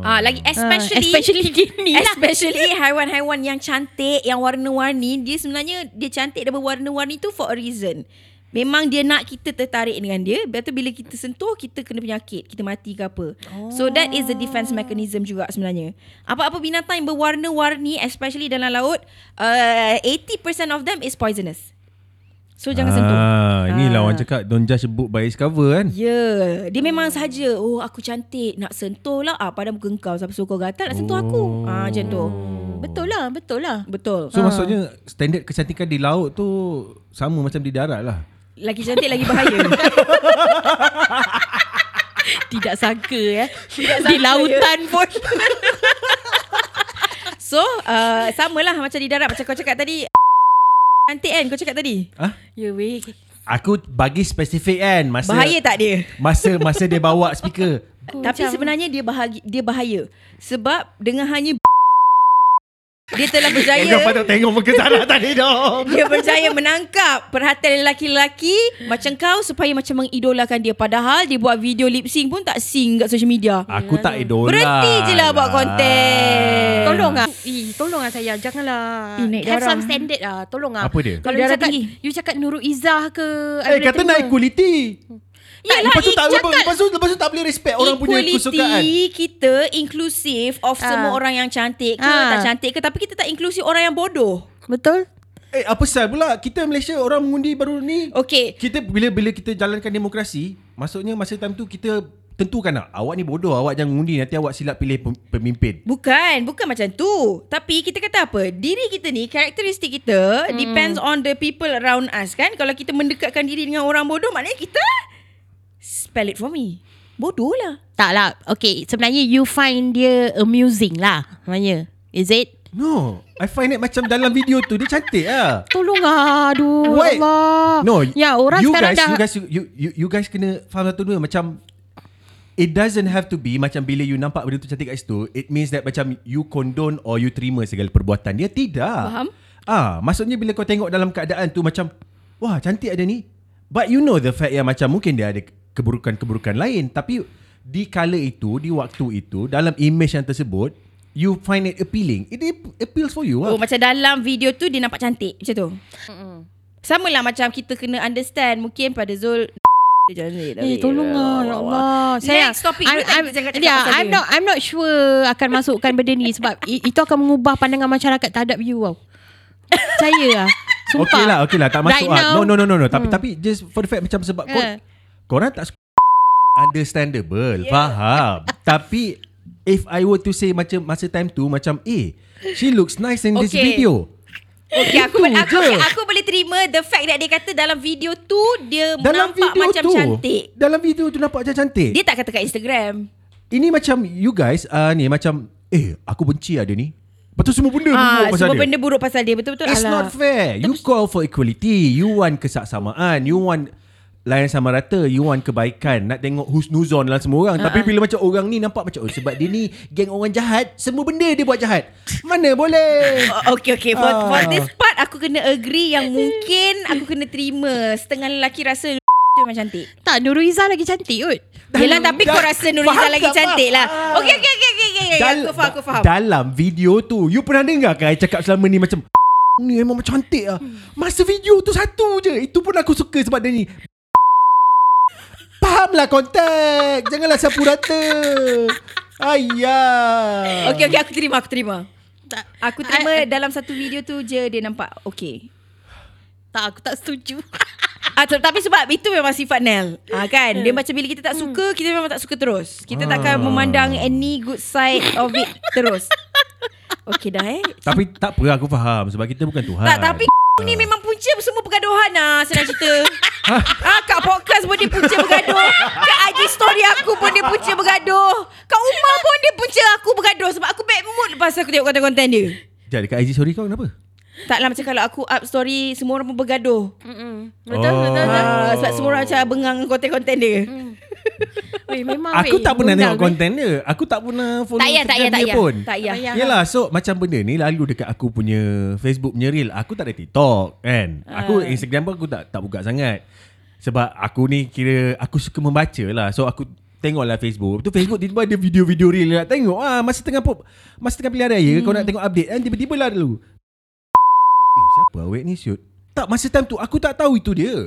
B: Ah, lagi especially
A: Ah, especially gini lah.
B: especially haiwan-haiwan yang cantik, yang warna-warni, dia sebenarnya dia cantik dan berwarna-warni tu for a reason. Memang dia nak kita tertarik dengan dia. Lepas tu bila kita sentuh, kita kena penyakit. Kita mati ke apa. Oh. So that is the defense mechanism juga sebenarnya. Apa-apa binatang yang berwarna-warni, especially dalam laut, uh, 80% of them is poisonous. So jangan sentuh.
C: Ah, inilah
B: Ah.
C: orang cakap don't judge a book by its cover kan.
B: Ya, yeah. dia memang saja. Oh, aku cantik, nak sentuh lah. Ah, pada muka kau siapa suruh kau gatal nak sentuh aku. Ah, macam tu.
A: Betul lah, betul lah.
B: Betul.
C: So ha. maksudnya standard kecantikan di laut tu sama macam di darat lah.
B: Lagi cantik lagi bahaya.
A: Tidak sangka ya. eh. Di lautan pun.
B: so, uh, samalah macam di darat macam kau cakap tadi. Cantik kan kau cakap tadi?
C: Ah,
A: ya weh.
C: Aku bagi spesifik kan masa
B: Bahaya tak dia?
C: masa masa dia bawa speaker.
A: Aku
B: Tapi
A: macam-
B: sebenarnya dia bahagi, dia bahaya sebab dengan hanya dia telah berjaya
C: Kau patut tengok muka Sarah tadi dong.
B: dia berjaya menangkap perhatian lelaki-lelaki macam kau supaya macam mengidolakan dia padahal dia buat video lip sync pun tak sync kat social media.
C: Aku tak idola. Ah.
B: Berhenti je lah buat konten.
A: Tolong ah. Eh, tolong ah saya. Janganlah.
B: Eh, naik
A: Have
B: darah.
A: some standard lah. Tolong ah.
C: Apa dia?
A: Kalau you
B: Darah
A: cakap,
B: tinggi.
A: you cakap Nurul Izzah ke.
C: Eh
A: I boleh
C: kata
A: terima.
C: nak equality.
B: Yelah,
C: lepas tu tak
B: eh, cakap
C: lepas tu lepas tu tak boleh respect orang punya
B: equality
C: kesukaan.
B: kita inclusive of
A: Ah.
B: semua orang yang cantik ke tak
A: Ah.
B: cantik ke tapi kita tak inklusif orang yang bodoh.
A: Betul?
C: Eh apa sal pula kita Malaysia orang mengundi baru ni.
B: Okey,
C: Kita bila bila kita jalankan demokrasi, maksudnya masa time tu kita tentukan lah awak ni bodoh, awak jangan mengundi nanti awak silap pilih pem- pemimpin.
B: Bukan, bukan macam tu. Tapi kita kata apa? Diri kita ni, karakteristik kita
C: Hmm.
B: mm. depends on the people around us kan. Kalau kita mendekatkan diri dengan orang bodoh, maknanya kita spell it for me. Bodoh lah.
A: Tak lah. Okay. Sebenarnya you find dia amusing lah. Maknanya. Is it?
C: No, I find it macam dalam video tu dia cantik lah.
A: Tolong ah. Aduh.
C: Wait.
A: Allah.
C: No,
A: Ya orang
C: you
A: sekarang
C: guys,
A: dah.
C: you guys, you, you, you guys kena faham satu dua macam It doesn't have to be macam bila you nampak benda tu cantik kat situ It means that macam you condone or you terima segala perbuatan Dia tidak
B: Faham?
C: Ah, Maksudnya bila kau tengok dalam keadaan tu macam Wah cantik ada ni But you know the fact yang macam mungkin dia ada keburukan-keburukan lain Tapi di kala itu, di waktu itu, dalam image yang tersebut You find it appealing It ap- appeals for you lah
B: Oh, macam dalam video tu dia nampak cantik. Macam tu. Sama lah macam kita kena understand mungkin pada Zul dia cantik.
A: Eh, tolong lah ya Allah.
B: Next topic.
A: I'm,
B: Dulu tak
A: I'm,
B: kita cakap- cakap
A: yeah,
B: pasal
A: I'm
B: dia.
A: not I'm not sure akan masukkan benda ni sebab i- itu akan mengubah pandangan masyarakat terhadap you tau. Saya lah. Sumpah.
C: Okay lah, okay lah. Tak masuk
A: Right
C: lah. No,
A: now-
C: no, no, no. no.
B: Hmm.
C: Tapi, tapi just for the fact macam sebab kau,
A: Eh.
C: korang tak suka understandable. Yeah. Faham. tapi, if I were to say macam masa time tu, macam, eh, she looks nice in okay. this
B: Okay.
C: video.
B: Okay, aku,
C: Itu
B: aku,
C: je.
B: aku boleh terima the fact that dia kata dalam video tu dia
C: Dalam
B: nampak
C: video
B: macam
C: tu,
B: cantik.
C: Dalam video tu nampak macam cantik.
B: Dia tak kata kat Instagram.
C: Ini macam, you guys, uh, ni macam, eh, aku benci lah dia ni. Lepas tu semua benda
B: Ah,
C: buruk pasal
B: semua
C: dia.
B: benda buruk pasal dia betul-betul.
C: It's
B: Alah.
C: not fair. You call for equality. You want kesaksamaan. You want layan sama rata. You want kebaikan. Nak tengok husnuzon lah semua orang.
B: Ah,
C: Uh-huh. Tapi bila macam orang ni nampak macam oh, sebab dia ni geng orang jahat. Semua benda dia buat jahat. Mana boleh.
B: Oh, Okay okay for,
C: Ah.
B: for this part Aku kena agree Yang mungkin Aku kena terima Setengah lelaki rasa Dia memang cantik
A: Tak, Nurul Izzah lagi cantik kot.
B: Yelah tapi kau rasa Nuriza
C: Faham
B: lagi
C: tak,
B: cantik
C: faham?
B: lah
C: Ah.
B: Okay okay okay, okay, okay.
C: Dal-
B: Eh, Aku faham aku faham
C: Dalam video tu. You pernah dengar kan I cakap selama ni macam ni memang cantik lah.
B: Hmm.
C: Masa video tu satu je. Itu pun aku suka sebab dia ni. Fahamlah kontak. Janganlah sapu rata. Ayah.
B: Okay okay aku terima aku terima Ah, eh.
A: Tak,
B: Aku terima dalam satu video tu je Dia nampak okay
A: tak aku tak setuju.
B: Ah, tu- tapi sebab itu memang sifat Nell ah, kan Dia macam bila kita tak suka Kita memang tak suka terus Kita
C: Ah.
B: takkan memandang Any good side of it Terus Okay dah eh
C: Tapi tak apa aku faham sebab kita bukan Tuhan.
B: Tak tapi ni memang punca semua pergaduhan lah senang cerita. ah, kat podcast pun dia punca bergaduh. Kat IG story aku pun dia punca bergaduh. Kat rumah pun dia punca aku bergaduh sebab aku bad mood lepas aku tengok konten-konten dia.
C: Jadi dekat IG story kau kenapa?
B: Taklah macam kalau aku up story semua orang pun bergaduh.
A: Betul,
C: Oh.
A: betul, betul.
B: Ah, sebab semua orang macam bengang dengan konten-konten dia.
A: Weh, memang
B: Ah,
C: Aku
A: weh,
C: tak pernah
A: undang,
C: tengok
A: weh.
C: konten dia. Aku tak pernah follow
B: Tak payah, tak payah,
C: Instagram
B: tak
C: dia
B: payah.
C: pun.
B: Tak payah.
A: payah.
C: Yelah so macam benda ni lalu dekat aku punya Facebook punya reel. Aku tak ada TikTok kan. Aku
B: Ah.
C: Instagram pun aku tak tak buka sangat. Sebab aku ni kira aku suka membaca lah. So aku tengoklah Facebook. Lepas tu Facebook tiba-tiba ada video-video reel nak tengok. Ah masa tengah pop, masa tengah pilihan raya hmm. kau nak tengok update kan tiba-tiba lah dulu. Eh siapa awek ni shoot? Tak masa time tu aku tak tahu itu dia.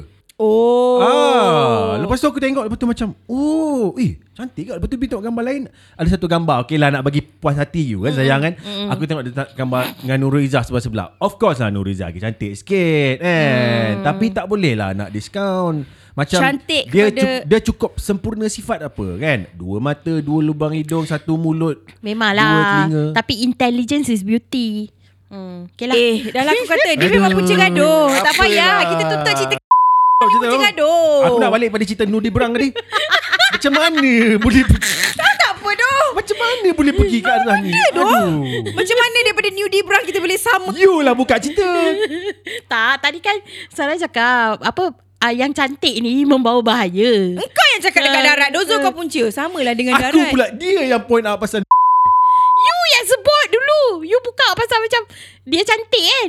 B: Oh.
C: Ah, lepas tu aku tengok lepas tu macam, "Oh, eh, cantik kat." Lepas tu bila tengok gambar lain, ada satu gambar. Okay lah nak bagi puas hati you kan sayang kan. Aku tengok dia ta- gambar dengan Nurul Izzah sebelah sebelah. Of course lah Nurul Izzah lagi cantik sikit kan. Tapi tak boleh lah nak discount Macam
B: Mm. Cantik
C: dia
B: kepada-
C: cu- dia cukup sempurna sifat apa kan? Dua mata, dua lubang hidung, satu mulut. Dua
A: Memanglah.
C: telinga.
A: Tapi intelligence is beauty. Hmm. Okay lah.
B: Eh, dah lah aku kata dia memang
C: Aduh,
B: punca gaduh. Tak
C: apalah.
B: payah. Kita tutup cerita
C: Kau cerita
B: punca
C: tu?
B: gaduh.
C: Aku nak balik pada cerita Nudi Berang tadi. Macam mana boleh pergi?
B: tak apa doh.
C: Macam mana boleh pergi ke arah ni? Eh, Aduh.
B: Macam mana daripada New Debra kita boleh sama
C: You lah buka cerita.
A: Tak, tadi kan Sarah cakap apa ah, yang cantik ni membawa bahaya.
B: Kau yang cakap dekat darat Dozo kau punca Samalah dengan darat
C: Eh. Aku pula dia yang point out pasal
A: You yang sebut dulu. You buka pasal macam dia cantik kan?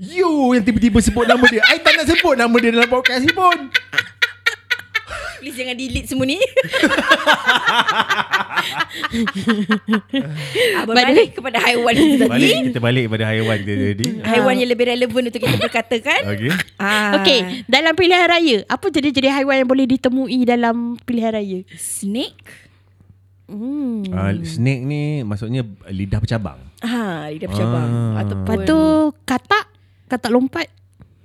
C: You yang tiba-tiba sebut nama dia I tak nak sebut nama dia dalam podcast ni pun
B: Please jangan delete semua ni Ah, Berbalik kepada haiwan kita tadi
C: Balik, Ah. kita balik pada haiwan kita tadi
B: Haiwan yang lebih relevan Untuk kita berkatakan
C: Okay
B: ah,
A: Okay, dalam pilihan raya, apa jenis-jenis haiwan yang boleh ditemui dalam pilihan raya?
B: Snake
A: Hmm.
C: uh, Snake ni maksudnya lidah bercabang
B: Ha, lidah bercabang
C: Ah.
A: Lepas
B: Ataupun
A: tu katak, katak lompat.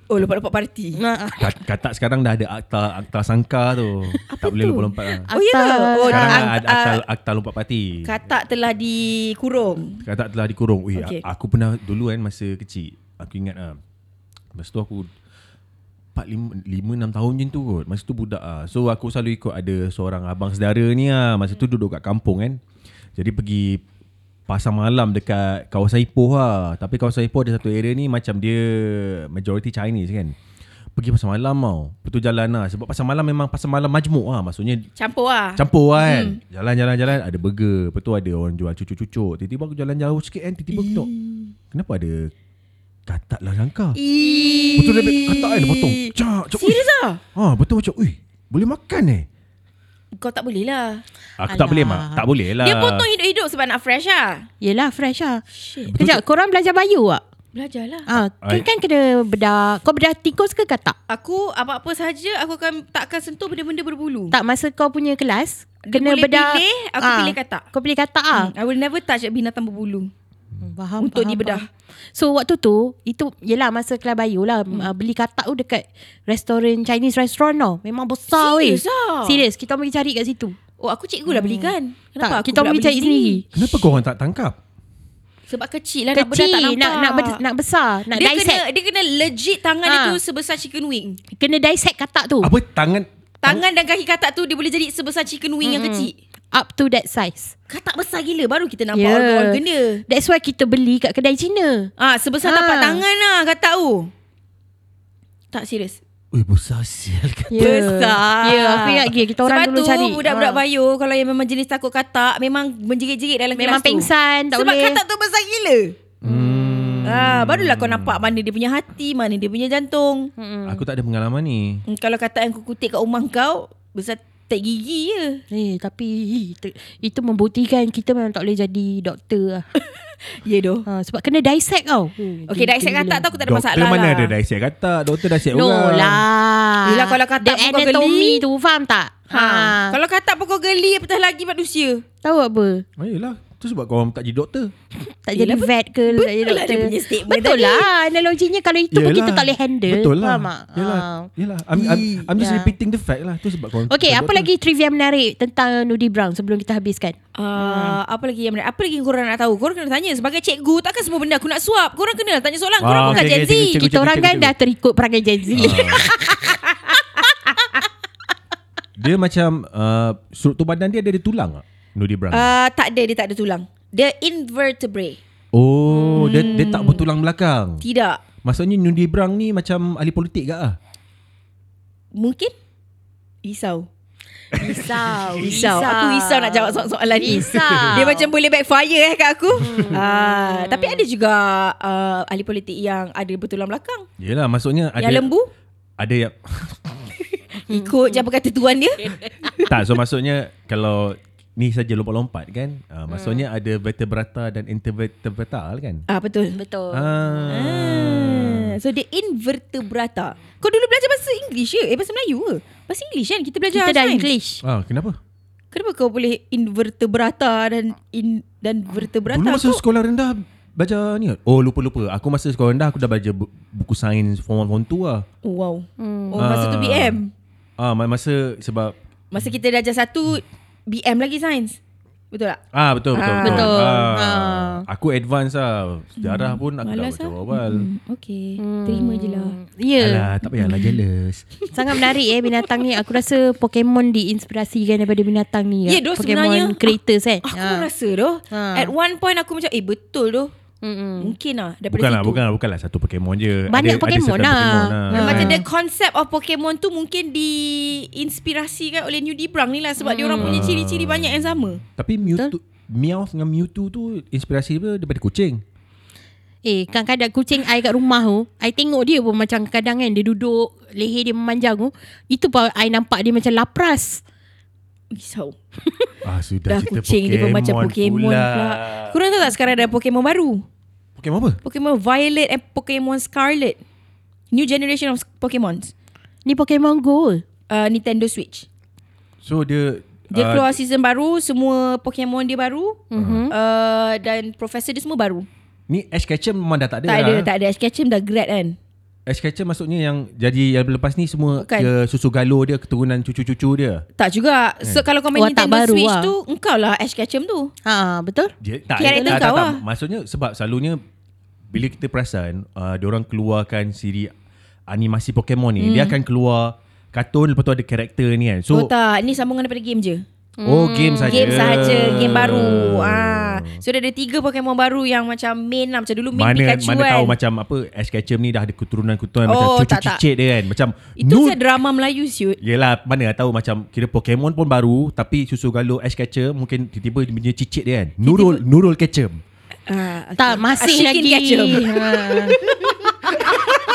B: Oh lompat-lompat parti
C: Kat- Katak sekarang dah ada akta akta sangka tu Tak boleh lompat-lompat lah
B: Oh, ya ke?
A: Atas.
B: Oh,
C: Sekarang
B: dah.
C: dah ada
B: Ah,
C: akta, akta lompat parti
B: Katak telah dikurung
C: Katak telah dikurung Ui,
B: Okey.
C: okay. Aku pernah dulu kan masa kecil Aku ingat lah Lepas tu aku 4, 5, 6 tahun macam tu kot Masa tu budak lah So aku selalu ikut ada seorang abang saudara ni lah Masa tu duduk kat kampung kan Jadi pergi pasar malam dekat kawasan Ipoh lah Tapi kawasan Ipoh ada satu area ni macam dia majority Chinese kan Pergi pasar malam tau Lepas tu jalan lah Sebab pasar malam memang pasar malam majmuk lah Maksudnya
B: Campur lah
C: Campur kan hmm. Jalan-jalan-jalan Ada burger Lepas tu ada orang jual cucuk-cucuk Tiba-tiba aku jalan jauh sikit kan Tiba-tiba aku tengok Kenapa ada Katak lah rangka
B: Ih.
C: Betul dia ambil katak kan Dia potong Cak cak
B: Serius ah?
C: Ha betul macam Ui boleh makan eh
B: Kau tak boleh lah
C: Aku Alah. tak boleh mak Tak boleh lah
B: Dia potong hidup-hidup sebab nak fresh lah
A: Yelah, fresh lah.
B: Shit lah.
A: Kejap, korang belajar bio tak?
B: Belajarlah
A: Ah,
C: I-
A: kan, kan kena bedah. Kau bedah tikus ke katak?
B: Aku apa-apa saja aku akan tak akan sentuh benda-benda berbulu.
A: Tak, masa kau punya kelas,
B: Dia
A: kena
B: boleh
A: bedah.
B: pilih, aku
A: Ah,
B: pilih katak.
A: Kau pilih katak ah.
B: Hmm, I will never touch binatang berbulu. Hmm,
A: Faham,
B: Untuk
A: faham,
B: dibedah.
A: faham. So waktu tu Itu Yelah masa kelas bayu lah hmm. uh, Beli katak tu dekat Restoran Chinese restaurant tau Memang besar weh
B: Serius ah?
A: Serius Kita pergi cari kat situ
B: Oh aku cikgu lah belikan. Kenapa
A: tak,
B: aku
A: Kita
B: pula
A: pergi
B: beli
A: cari sendiri
C: Kenapa korang tak tangkap
B: Sebab kecil lah nak bedah tak
A: Kecil
B: nampak.
A: nak, nak, ber- nak besar Nak
B: dia
A: dissect
B: kena dia kena legit tangan ha.
A: Ah.
B: dia tu sebesar chicken wing.
A: kena, kena dissect katak
B: Oh.
A: tu
C: Apa tangan
B: Tangan dan kaki katak tu dia boleh jadi sebesar chicken wing mm-hmm. yang kecil.
A: Up to that size
B: Katak besar gila baru kita nampak yeah. organ-organ dia.
A: That's why kita beli kat kedai Cina
B: Ah sebesar
A: Ah.
B: tapak tangan lah katak tu. Tak serius.
C: Ui besar sial kan
A: Ya. Ya yeah, aku ingat lagi Kita orang
B: Sebab
A: dulu
B: tu,
A: cari
B: budak-budak
A: Ah.
B: bayo kalau yang memang jenis takut katak memang menjerit-jerit dalam
A: Memang
B: kelas tu.
A: pengsan, tak
B: Sebab
A: boleh.
B: katak tu besar gila. Hmm. Ah, barulah kau nampak mana dia punya hati, mana dia punya jantung. Hmm.
C: Aku tak ada pengalaman ni
B: Kalau katak yang kukutik kat rumah kau besar tak gigi je.
A: Eh tapi itu, itu membuktikan kita memang tak boleh jadi doktor lah.
B: Ya doh.
A: ha, sebab kena dissect tau.
B: Okey, dah accept katak tu aku tak ada
C: Doktor
B: masalah
C: mana
B: lah.
C: ada dissect katak Doktor dissect
A: No
C: orang
A: lah.
B: Yelah, kalau katak
A: The
B: pun kau
A: anatomy
B: geli.
A: tu faham tak?
B: Ha. Kalau katak pun kau geli apatah lagi manusia.
A: Tahu apa?
C: Ayolah Itu sebab korang tak jadi doktor
A: Tak jadi
B: Yelah,
A: vet ke tak jadi
B: betul lah
A: doktor.
B: dia punya statement
A: Betul
B: tadi.
A: lah analoginya kalau itu pun kita tak boleh handle.
C: Betul lah
A: Faham tak?
C: Yelah,
A: Ha.
C: yelah. I'm, I'm, I'm just
A: Yeah.
C: repeating the fact lah Itu sebab korang
A: Okey,
C: tak
A: apa
C: doktor.
A: lagi trivia menarik tentang Nudi Brown sebelum kita habiskan?
B: Uh,
C: Hmm.
B: apa lagi yang menarik? Apa lagi yang korang nak tahu? Korang kena tanya Sebagai cikgu Takkan semua benda aku nak suap Korang kena tanya soalan Korang
C: Ah,
B: bukan
C: okey,
B: Gen
C: okey,
B: Z
C: cikgu, cikgu.
A: Kita orang kan
C: cikgu. Ah.
A: dah terikut perangai Gen Z.
C: Dia macam uh, struktur badan dia ada di tulang tak? Nudi Brown. Uh,
B: Ah, Tak ada Dia tak ada tulang Dia invertebrate
C: oh, hmm. dia dia tak bertulang belakang.
B: Tidak
C: Maksudnya Nudi Brown ni macam ahli politik ke ah?
B: Mungkin Risau
A: Risau.
B: Risau Aku risau nak jawab soalan-soalan ni
A: Risau.
B: Dia macam boleh backfire eh kat aku Ah, Tapi ada juga uh, Ahli politik yang Ada bertulang belakang
C: Yelah, maksudnya ada
B: Yang lembu
C: Ada yang
B: Ikut je apa kata tuan dia
C: tak so maksudnya kalau ni saja lompat-lompat kan?
A: Hmm.
C: Uh, maksudnya ada vertebrata dan intervertebrata kan?
B: Ah Betul
A: Betul.
C: Ah.
B: Ah, So dia invertebrata Kau dulu belajar bahasa English ke? Eh bahasa Melayu ke? Bahasa English kan? Kita belajar
A: Kita dah
B: Azman.
A: English.
C: Ah, kenapa?
B: Kenapa kau boleh invertebrata dan in, dan vertebrata?
C: Dulu masa
B: Kau-
C: sekolah rendah baca ni. Oh, lupa-lupa. Aku masa sekolah rendah aku dah baca bu- buku sains form 1 form 2 lah.
B: Oh, wow. Oh, masa tu BM.
C: Ah, ma- masa sebab
B: Masa kita darjah satu BM lagi sains. Betul tak?
C: Ah betul betul.
B: Ah.
A: Betul.
C: Ah. Aku advance lah. Sejarah pun aku
B: Malas
C: tak baca
B: lah.
C: awal.
B: Okay. Terima je lah.
A: Ya. Yeah.
C: Alah, tak payahlah jealous.
A: Sangat menarik eh binatang ni. Aku rasa Pokemon diinspirasikan daripada binatang ni.
B: Ya, doh,
A: Pokemon
B: sebenarnya-
A: creators kan.
B: Aku rasa doh. At
A: Ha.
B: one point aku macam eh betul doh.
A: Mm-mm.
B: Mungkin lah daripada
C: Bukanlah,
B: situ.
C: bukanlah, bukanlah satu Pokemon je.
A: Banyak
C: ada,
A: Pokemon
C: ada
A: lah.
B: Dan
A: Ha.
C: Lah.
B: Macam the concept of Pokemon tu mungkin diinspirasikan oleh New Dibrang ni lah sebab dia orang punya ciri-ciri banyak yang sama.
C: Tapi Mewtwo, Meowth dengan Mewtwo tu inspirasi dia daripada kucing.
A: Eh, kadang-kadang kucing I kat rumah tu, I tengok dia pun macam kadang kan dia duduk, leher dia memanjang tu. Itu pun I nampak dia macam lapras.
B: Risau.
C: Ah, sudah
B: Dah
C: cerita
B: kucing dia pun macam Pokemon pula. pula. Korang tahu tak sekarang ada Pokemon baru?
C: Pokemon apa?
B: Pokemon Violet and Pokemon Scarlet. New generation of Pokemon.
A: Ni Pokemon Go.
B: Uh, Nintendo Switch.
C: So dia
B: Dia
C: ah,
B: keluar season baru, semua Pokemon dia baru.
A: Mhm.
B: Uh, dan profesor dia semua baru.
C: Ni Ash Ketchum memang dah tak ada
B: Tak
C: lah.
B: ada, tak ada. Ash Ketchum dah grad kan.
C: Ash Ketchum maksudnya yang jadi yang lepas ni semua
B: Bukan.
C: dia susu galo dia keturunan cucu-cucu dia.
B: Tak juga.
C: Eh.
B: So kalau kau main
A: Oh, tak
B: Nintendo
A: baru
B: Switch
A: lah.
B: tu, engkau lah Ash Ketchum tu.
A: Ha, betul?
C: Dia tak,
B: Character
C: tak, tak,
B: kau
C: tak,
B: lah.
C: Maksudnya sebab selalunya bila kita perasan uh, diorang keluarkan siri animasi Pokemon ni, dia akan keluar kartun lepas tu ada karakter ni kan.
B: So, Hmm.
C: So
B: oh tak, ni sambungan daripada game je.
C: oh game saja.
B: Game sahaja, game baru.
C: Ya.
B: Ah, so dah ada tiga Pokemon baru yang macam main lah. Macam dulu main
C: Mana
B: Pikachu
C: mana
B: kan.
C: tahu macam apa Ash Ketchum ni dah ada keturunan-keturunan macam
B: Oh,
C: cucu
B: tak, tak.
C: cicit dia kan. Macam
B: Itu
C: Nun-
B: macam drama Melayu siut.
C: Yelah mana lah tahu macam kira Pokemon pun baru tapi susu galo Ash Ketchum mungkin tiba-tiba dia punya cicit dia kan. Nurul Nurul Ketchum.
B: Ah, okay.
A: Tak, masih
B: Ashikin
A: lagi.
B: Ketchum.
A: Ha.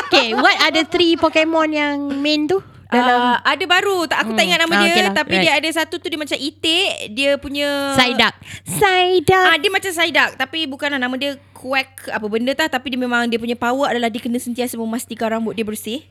A: okay, what are the three Pokemon yang main tu?
B: Dalam uh, ada baru tak aku hmm. tak ingat nama dia
A: Ah, okay
B: okay
A: lah.
B: lah. tapi
A: Right.
B: right. dia ada satu tu dia macam itik dia punya
A: Psyduck. Psyduck.
B: Ah dia macam Psyduck tapi bukanlah nama dia Quack apa benda tah tapi dia memang dia punya power adalah dia kena sentiasa memastikan rambut dia bersih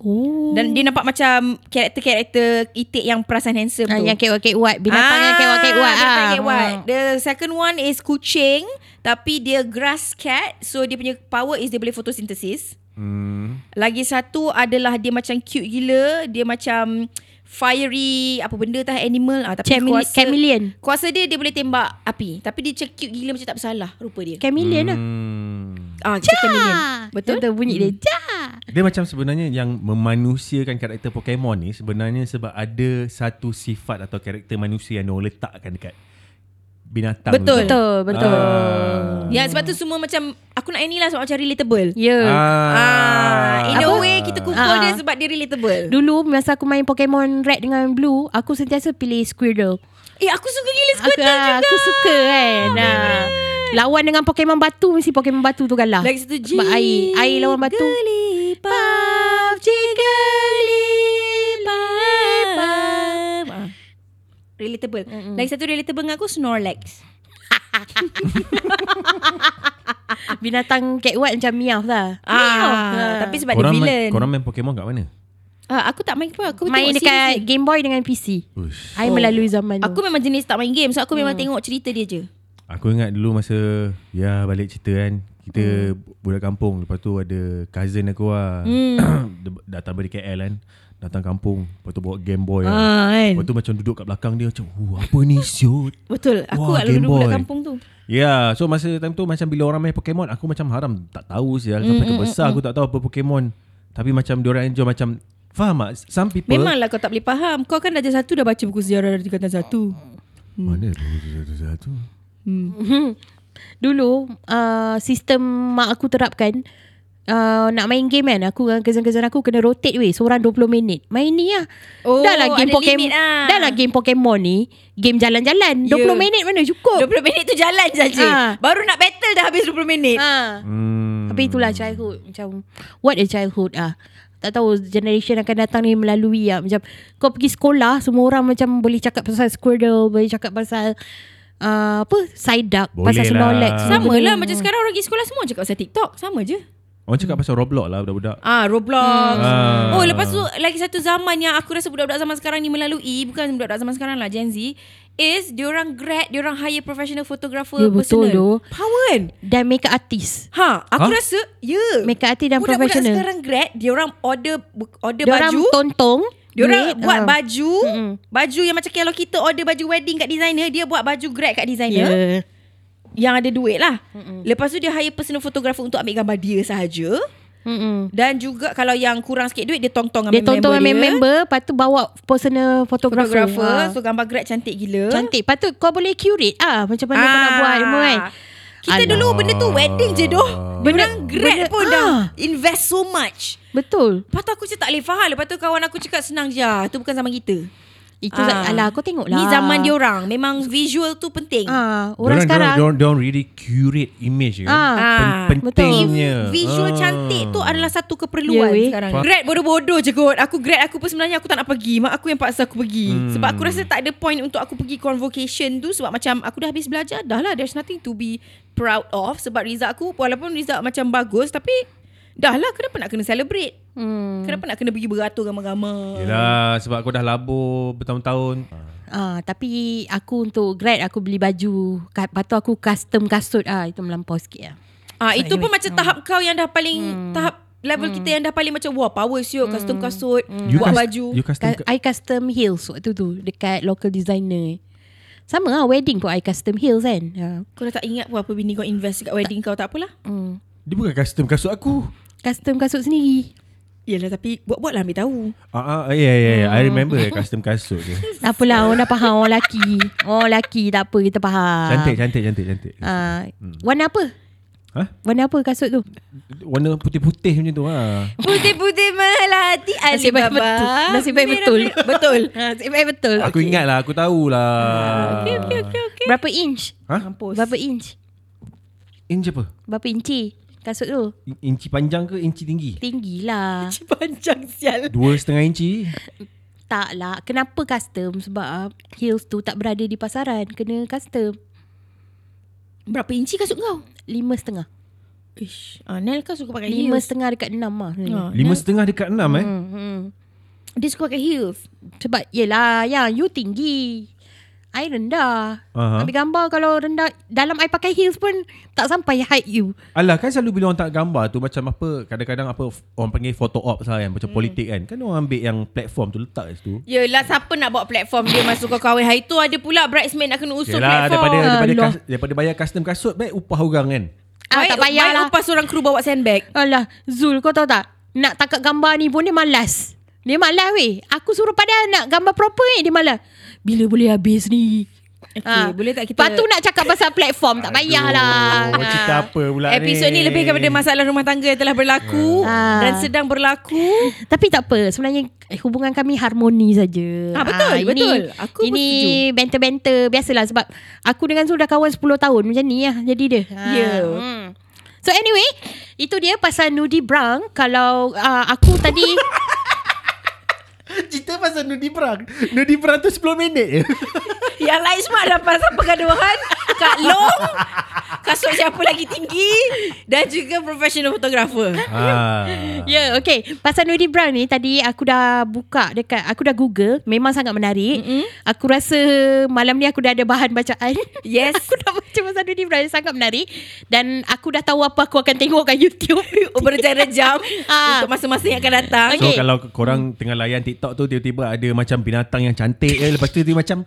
A: Oh.
B: dan dia nampak macam karakter-karakter itik yang perasan handsome
A: Ah,
B: tu.
A: yang kewat-kewat. Binatang yang kewat-kewat.
B: Ah, Binatang
A: ah.
B: kewat. The second one is kucing tapi dia grass cat so dia punya power is dia boleh photosynthesis.
C: Hmm.
B: Lagi satu adalah dia macam cute gila, dia macam fiery apa benda tah animal ah tapi
A: Chamele-
B: kuasa
A: Chameleon.
B: kuasa dia dia boleh tembak api tapi dia macam cute gila macam tak bersalah rupa dia.
A: Chameleon lah.
C: Hmm.
B: Ah, kita chameleon.
A: Betul?
B: Ya.
A: Itu bunyi dia.
B: Hmm.
A: Cah.
C: Dia macam sebenarnya yang memanusiakan karakter Pokemon ni sebenarnya sebab ada satu sifat atau karakter manusia yang diorang letakkan dekat binatang tu.
B: Betul.
A: Betul, betul.
C: Ah.
B: Ya sebab tu semua macam aku nak yang ni lah sebab macam relatable.
A: Ya.
C: Ah.
B: Ah, in a way kita kumpul
A: Ah.
B: dia sebab dia relatable.
A: Dulu masa aku main Pokemon Red dengan Blue, aku sentiasa pilih Squirtle.
B: Eh aku suka gila
A: Aku,
B: skuter
A: ah,
B: juga.
A: aku suka kan. Ah. Lawan dengan Pokemon batu mesti Pokemon batu tu kan lah. kalah.
B: Lagi satu
A: Sebab air, air lawan batu.
B: Gelipap Jigalipap ah. Relatable mm-hmm. Lagi satu relatable dengan aku Snorlax
A: Ah, Binatang catwalk macam miau lah.
B: Ah, ah. Tapi sebab
C: Korang
B: dia
C: main,
B: villain
C: korang main Pokemon kat mana?
B: ah, Aku tak main pun aku tengok
A: Main
B: Oh.
A: dekat Game Boy dengan PC.
C: Ush.
A: I melalui zaman tu.
B: Aku memang jenis tak main game So aku memang
A: Hmm.
B: tengok cerita dia je
C: Aku ingat dulu masa Ya balik cerita kan Kita hmm. budak kampung Lepas tu ada cousin aku lah hmm. Datang dari KL kan Datang kampung Lepas tu bawa Game Boy lah.
B: ah, kan?
C: Lepas tu macam duduk kat belakang dia Macam "Wuh, apa ni siut
B: Betul Aku
C: Wah,
B: Wah, dulu
C: Game
B: budak
C: Boy.
B: kampung tu
C: Ya yeah, so masa time tu Macam bila orang main Pokemon Aku macam haram Tak tahu sial Sampai mm, besar aku tak tahu apa Pokemon Tapi macam diorang enjoy Macam Faham tak Some people
B: Memanglah kau tak boleh faham Kau kan darjah satu Dah baca buku sejarah dari tingkatan satu
C: Mana tu satu
A: Dulu uh, Sistem mak aku terapkan uh, Nak main game kan Aku dengan kezan-kezan aku Kena rotate weh Seorang 20 minit Main ni lah
B: Oh,
A: Dah lah game
B: ada
A: Pokemon
B: limit ah.
A: Dah lah game Pokemon ni Game jalan-jalan
B: Ya.
A: 20 minit mana cukup
B: 20 minit tu jalan saja.
A: Ah.
B: Baru nak battle dah habis 20 minit
A: ha.
C: Hmm
A: Tapi itulah childhood Macam What a childhood ah tak tahu generation akan datang ni melalui ah macam kau pergi sekolah semua orang macam boleh cakap pasal Squirtle boleh cakap pasal uh, apa Psyduck
C: Boleh
A: pasal
C: lah.
A: Snorlax
B: Sama lah
C: Hmm.
B: macam sekarang orang pergi sekolah semua cakap pasal TikTok. Sama je.
C: Orang cakap pasal Roblox lah budak-budak
B: Ah, Roblox.
C: Ah.
B: Oh, lepas tu lagi satu zaman yang aku rasa budak-budak zaman sekarang ni melalui, bukan budak-budak zaman sekarang lah Gen Z, is diorang grad, diorang hire professional photographer
A: Ya,
B: personal.
A: betul tu.
B: Power kan?
A: dan makeup artist
B: Ha,
C: Ha?
B: aku ha? rasa, ya. Yeah.
A: Makeup artist dan
B: Budak-budak
A: professional.
B: sekarang grad, diorang order bu- order
A: Diorang
B: baju.
A: tontong
B: Diorang
A: Duit,
B: buat
A: ah.
B: baju Baju yang macam Kalau kita order baju wedding Kat designer Dia buat baju grad kat designer
A: Yeah.
B: Yang ada duit lah Mm-mm. Lepas tu dia hire personal photographer Untuk ambil gambar dia sahaja
A: Mm-mm.
B: Dan juga Kalau yang kurang sikit duit Dia tong-tong
A: Dia
B: dengan
A: tonton
B: member
A: member,
B: dia
A: member Lepas tu bawa personal photographer,
B: Photographer
A: Ah.
B: So gambar grad cantik gila
A: Cantik Lepas tu kau boleh curate ah Macam mana ah. kau nak buat semua kan
B: Kita
A: Alah.
B: dulu benda tu wedding je doh Benda grad
A: benda-
B: pun
A: ah.
B: dah Invest so much
A: Betul
B: Lepas tu aku macam tak boleh faham Lepas tu kawan aku cakap Senang je ah, Itu bukan zaman kita
A: Itu ah. Alah kau tengok lah
B: Ni zaman dia orang Memang visual tu penting
A: ah,
C: Diorang-
A: Orang sekarang
C: diorang, diorang, diorang really curate image kan.
A: Ah.
B: Ah,
C: Pen- pentingnya.
B: Visual
C: Ah.
B: cantik tu adalah satu keperluan yeah,
A: Ya, weh.
B: sekarang.
C: Faham.
B: Grad bodoh-bodoh je kot. Aku grad aku pun sebenarnya aku tak nak pergi. Mak aku yang paksa aku pergi. Hmm. Sebab aku rasa tak ada point untuk aku pergi convocation tu sebab macam aku dah habis belajar dah lah. There's nothing to be proud of sebab result aku walaupun result macam bagus tapi dah lah kenapa nak kena celebrate? Hmm. Kenapa nak kena pergi beratur gama-gama?
C: Yelah sebab kau dah labur bertahun-tahun.
A: ah, Tapi aku untuk grad Aku beli baju Ka- Lepas tu aku custom kasut ah Itu melampau sikit lah
B: Ah itu pun macam tahap kau yang dah paling
A: Hmm.
B: tahap level kita yang dah paling macam wah power siot custom kasut, buat
C: cus-
B: baju.
C: You custom
A: Ka- I custom heels waktu tu Dekat local designer Sama lah wedding pun I custom heels kan ah.
B: Kau dah tak ingat pun apa bini kau invest dekat wedding kau tak apalah.
C: Dia bukan custom kasut aku.
A: Custom kasut sendiri
B: Yelah tapi buat-buat lah ambil tahu.
C: Ah, ah, yeah, yeah, yeah. I remember that custom kasut dia.
A: Tak apalah lah, orang dah faham Orang lelaki Orang lelaki tak apa Kita faham
C: Cantik, Hmm. cantik, cantik, cantik.
A: Ah, Warna apa?
C: Hah?
A: Warna apa kasut tu?
C: Warna putih-putih macam tu lah.
B: Putih-putih melati
A: Nasib baik betul. Nasib baik
B: Merah-
A: betul.
B: Betul.
A: Ha, baik betul.
C: Aku ingat lah, aku tahulah.
A: Ah,
B: Okey okey okey okey.
A: Berapa inch?
C: Ha?
B: Mampus.
A: Berapa inch?
C: Inci apa?
A: Berapa inci? Kasut tu
C: In- Inci panjang ke inci tinggi?
A: Tinggi lah
B: panjang sial.
C: Dua setengah inci.
A: Tak lah Kenapa custom Sebab ah, heels tu tak berada di pasaran Kena custom
B: Berapa inci kasut kau?
A: Lima setengah
B: Ish, Anel kau suka pakai
A: Lima
B: heels.
A: setengah dekat enam lah
B: Ah,
C: Lima setengah dekat enam eh.
A: hmm, hmm.
B: Dia suka pakai heels.
A: Sebab yelah Yang you tinggi I rendah
C: Aha.
A: Ambil gambar kalau rendah Dalam I pakai heels pun Tak sampai height you
C: Alah kan selalu bila orang tak gambar tu macam apa kadang-kadang apa f- orang panggil photo ops lah kan macam
B: Hmm.
C: politik kan. Kan orang ambil yang platform tu letak kat situ.
B: Yelah siapa nak bawa platform dia masuk kau kahwin hari tu ada pula bridesmaid nak kena usung
C: Yelah
B: platform. eh,
C: daripada daripada,
A: Alah.
C: kas, daripada bayar custom kasut baik upah orang kan.
A: ah, Tak payahlah
B: Baik upah seorang kru bawa sandbag.
A: Alah, Zul kau tahu tak? Nak tangkap gambar ni pun dia malas. Dia malas weh. Aku suruh pada nak gambar proper ni dia malas. Bila boleh habis ni? Ah,
B: Okey, boleh tak kita-
A: Lepas tu nak cakap pasal platform tak payahlah. Ah.
C: Aduh, cerita apa pula ni?
B: lah. Ah, Episod ni lebih kepada masalah rumah tangga yang telah berlaku
A: Ah.
B: dan sedang berlaku.
A: Tapi tak apa. Sebenarnya eh, hubungan kami harmoni saja.
B: Ah, betul, betul. Aku pun
A: ini banter-banter biasalah sebab aku dengan Zul dah kawan 10 tahun macam ni lah jadi dia. Ah,
B: Ya.
A: Hmm. So anyway, itu dia pasal Nudi Brown. Kalau uh, aku tadi
C: Cerita pasal Nudi Perang. Nudi Perang tu 10 minit je.
B: Yang lain semua ada pasal pergaduhan Kak Long Kasut siapa lagi tinggi Dan juga professional photographer
C: ha.
A: Ya, yeah, okay. Pasal Nudi Brown ni tadi aku dah buka dekat aku dah Google, memang sangat menarik. Mm-hmm. Aku rasa malam ni aku dah ada bahan bacaan.
B: Yes.
A: aku dah baca pasal Nudi Brown sangat menarik dan aku dah tahu apa aku akan tengok kat YouTube.
B: Berjam-jam
A: Ah.
B: Untuk masa-masa yang akan datang
C: So
A: Okay.
C: kalau korang tengah layan TikTok tu tiba-tiba ada macam binatang yang cantik eh lepas tu dia macam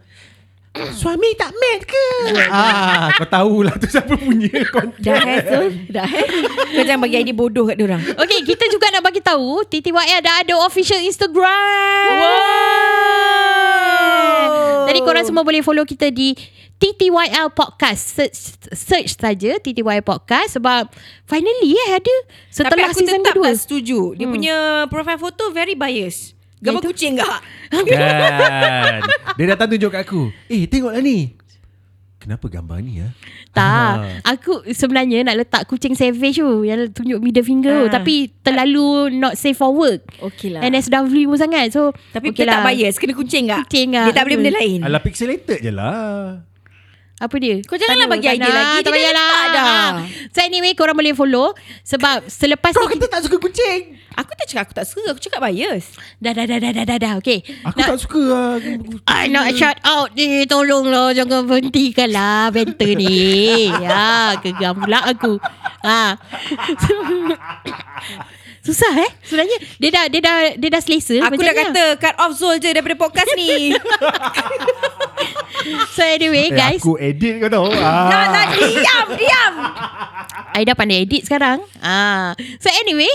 C: suami tak mad ke? ah, kau tahulah tu siapa punya konten.
B: Dah hassle Dah hassle Kau jangan bagi idea bodoh kat diorang
A: okay, kita juga nak bagi tahu TTYL dah ada official Instagram.
B: Wow
A: Jadi korang semua boleh follow kita di TTYL Podcast. Search search saja TTYL Podcast sebab finally eh ada
B: Tapi
A: setelah
B: aku
A: season
B: tetap
A: kedua. Hmm.
B: tak setuju Dia punya profile photo very biased
A: Ya,
B: Gambar kucing kak
C: Kan Dia datang tunjuk kat aku Eh tengoklah ni Kenapa gambar ni ya?
A: Tak Ah, Aku sebenarnya nak letak Kucing savage tu Yang tunjuk middle finger tu
B: Ah.
A: Tapi terlalu Not safe for work
B: Okey lah.
A: NSW pun sangat So
B: Tapi
A: okey lah.
B: okay kita tak bias Kena kucing kak
A: Kucing lah. Hmm. kak.
B: Dia tak boleh benda lain
C: Ah. Alah pixelated je lah
A: Apa dia?
B: Kau janganlah
A: Tak
B: bagi
A: nak,
B: idea
A: tak nak,
B: lagi. Dia
A: Tak
B: dah
A: payahlah
B: letak dah.
A: Ah. So anyway Korang boleh follow Sebab selepas
C: Kau
A: ni
C: kata tak suka kucing
B: Aku tak cakap aku tak suka Aku cakap bias
A: Dah dah dah dah dah dah, dah. Okay
C: Aku tak suka lah
A: I Ah,
C: Eh,
A: nak shout out ni Tolonglah Jangan berhentikan lah Banter ni Ya Kegam pula aku ha. Susah eh Sebenarnya Dia dah Dia dah, dia dah selesa
B: Aku
A: macam
B: dah
A: lah. mana.
B: kata cut off Zul je daripada podcast ni.
A: So anyway
D: Eh,
A: guys
D: Aku edit kau tahu.
B: Nak
D: ah.
B: nak diam diam.
A: Aida pandai edit sekarang. Ah. So anyway,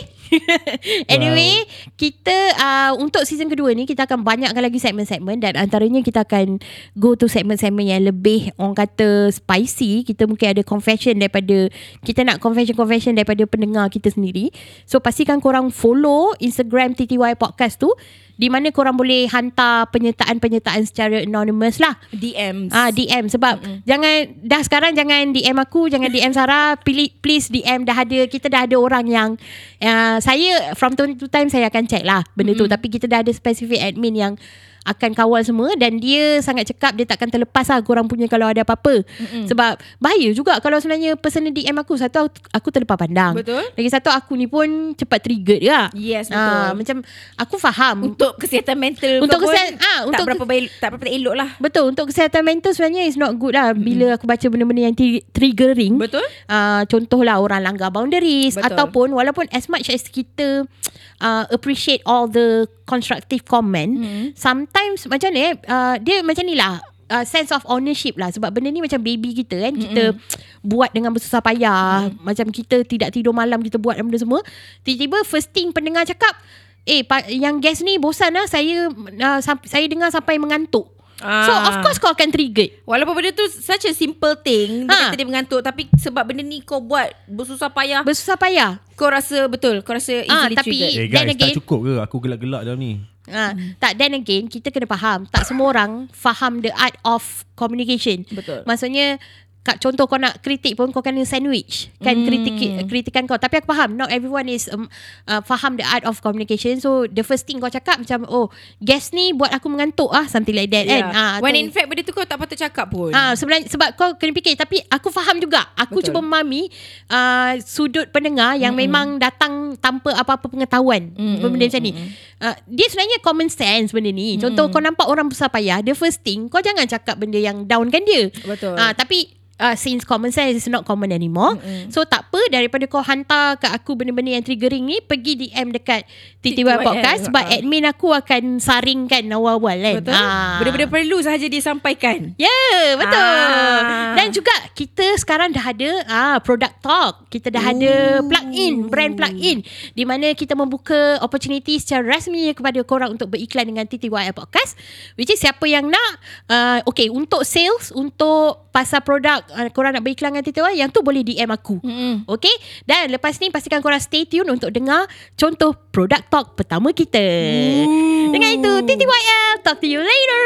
A: anyway, wow. kita uh, untuk season kedua ni kita akan banyakkan lagi segmen-segmen dan antaranya kita akan go to segmen-segmen yang lebih orang kata spicy. Kita mungkin ada confession daripada kita nak confession-confession daripada pendengar kita sendiri. So pastikan korang follow Instagram TTY podcast tu di mana korang boleh hantar penyertaan-penyertaan secara anonymous lah.
B: DMs.
A: Ah DM sebab mm-hmm. jangan dah sekarang jangan DM aku, jangan DM Sarah, Pilih, please DM dah ada kita dah ada orang yang uh, saya from time to time saya akan check lah benda mm-hmm. tu tapi kita dah ada specific admin yang akan kawal semua dan dia sangat cekap dia takkan terlepas lah korang punya kalau ada apa-apa mm-hmm. sebab bahaya juga kalau sebenarnya personal DM aku satu aku terlepas pandang
B: Betul.
A: lagi satu aku ni pun cepat triggered juga
B: Yes, betul.
A: Ah, macam aku faham
B: untuk kesihatan mental
A: Untuk
B: kau pun
A: kesihatan- ah,
B: tak
A: untuk
B: berapa baik tak berapa elok lah.
A: Betul untuk kesihatan mental sebenarnya is not good lah bila aku baca benda-benda yang tri- triggering.
B: Betul.
A: Uh, contohlah orang langgar boundaries
B: Betul.
A: Betul. ataupun walaupun as much as kita uh, appreciate all the constructive comment
B: Hmm.
A: mm. sometimes macam ni eh, uh, dia macam ni lah Uh, sense of ownership lah sebab benda ni macam baby kita
B: Hmm.
A: kan kita mm-hmm. buat dengan bersusah payah mm. macam kita tidak tidur malam kita buat benda semua tiba-tiba first thing pendengar cakap eh pa- yang guest ni bosan lah saya uh, sam- saya dengar sampai mengantuk
B: Ah.
A: so of course kau akan triggered
B: Walaupun benda tu such a simple thing, dia
A: Ha.
B: kata dia mengantuk tapi sebab benda ni kau buat bersusah payah,
A: bersusah payah
B: kau rasa betul, kau rasa
A: Ah,
B: easily
A: tapi-
B: triggered.
C: Eh
A: Then
C: guys,
A: again-
C: tak cukup ke aku gelak-gelak dalam ni?
A: Ha,
B: Hmm.
A: tak then again kita kena faham tak semua orang faham the art of communication.
B: Betul.
A: Maksudnya kat contoh kau nak kritik pun kau kena sandwich
B: Hmm.
A: kan kritik kritikan kau tapi aku faham not everyone is um, uh, faham the art of communication so the first thing kau cakap macam oh guest ni buat aku mengantuk ah something like that
B: Yeah.
A: kan ah
B: Ya. When
A: tu-
B: in fact benda tu kau tak patut cakap pun.
A: Ah sebenarnya sebab kau kena fikir tapi aku faham juga. Aku
B: Betul.
A: Betul. cuba memahami uh, sudut pendengar yang mm-hmm. memang datang tanpa apa-apa pengetahuan mm-hmm. benda macam ni. Uh, dia sebenarnya common sense benda ni.
B: Hmm.
A: Contoh kau nampak orang besar payah, the first thing kau jangan cakap benda yang downkan dia.
B: Betul.
A: Ah tapi Uh, since common sense is not common anymore mm-hmm. So tak apa Daripada kau hantar ke aku Benda-benda yang triggering ni Pergi DM dekat
B: TTYL,
A: TTY Podcast Sebab
B: ah.
A: admin aku akan Saringkan awal-awal kan
B: Betul?
A: Ah.
B: Benda-benda perlu sahaja dia sampaikan.
A: Ya, yeah, betul.
B: Ah.
A: Ah. Dan juga kita sekarang dah ada ah product talk. Kita dah Ooh. ada plug-in, brand plug-in di mana kita membuka opportunity secara rasmi kepada korang untuk beriklan dengan TTYL Podcast. Which is siapa yang nak uh, okay untuk sales, untuk pasal produk uh, korang nak beriklan dengan TTYL yang tu boleh DM aku. Mm-hmm.
B: Hmm.
A: Okay? Dan lepas ni pastikan korang stay tune untuk dengar contoh product talk pertama kita. Ooh. Dengan itu TTYL, talk to you later.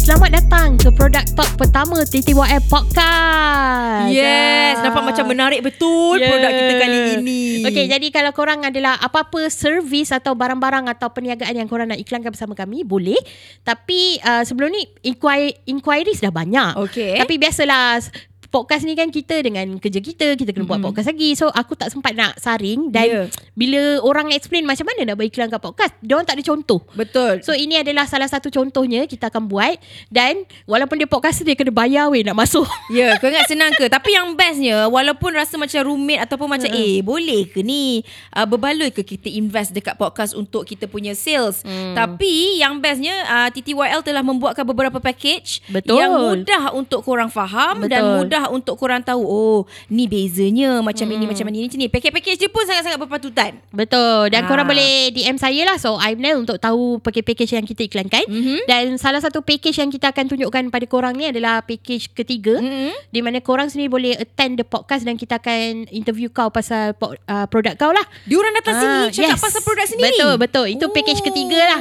A: Selamat datang ke Product Talk pertama TTYL Podcast.
B: Yes,
A: Ah.
B: nampak macam menarik betul
A: Yeah.
B: produk kita kali ini.
A: Okey, jadi kalau korang adalah apa-apa servis atau barang-barang atau perniagaan yang korang nak iklankan bersama kami, boleh. Tapi uh, sebelum ni inquiry, inquiries dah banyak.
B: Okey.
A: Tapi biasalah podcast ni kan kita dengan kerja kita, kita kena mm-hmm. buat podcast lagi. So aku tak sempat nak saring dan
B: Yeah.
A: yeah. bila orang explain macam mana nak beriklankan podcast, dia orang tak ada contoh.
B: betul.
A: So ini adalah salah satu contohnya kita akan buat dan walaupun dia podcast dia kena bayar weh nak masuk.
B: Ya, yeah, kau ingat senang ke? Tapi yang bestnya, walaupun rasa macam roommate ataupun macam, eh, boleh ke ni? Uh, berbaloi ke kita invest dekat podcast untuk kita punya sales? Tapi yang bestnya, uh, TTYL telah membuatkan beberapa package
A: Betul.
B: yang mudah untuk korang faham dan
A: Betul.
B: mudah untuk korang tahu, oh, ni bezanya macam ini, macam ini, macam ni. Package-package dia pun sangat-sangat berpatutan.
A: Betul
B: Ah.
A: Dan ha. korang boleh DM saya lah So I'm there untuk tahu Package-package yang kita iklankan
B: Mhm.
A: mm-hmm. Dan salah satu package Yang kita akan tunjukkan Pada korang ni Adalah package ketiga
B: Mhm.
A: mm-hmm. Di mana korang sendiri Boleh attend the podcast Dan kita akan Interview kau Pasal po- uh, produk kau lah
B: Diorang datang
A: Ah,
B: sini cakap
A: yes.
B: pasal produk sendiri.
A: Betul betul Itu package
B: Oh.
A: ketiga lah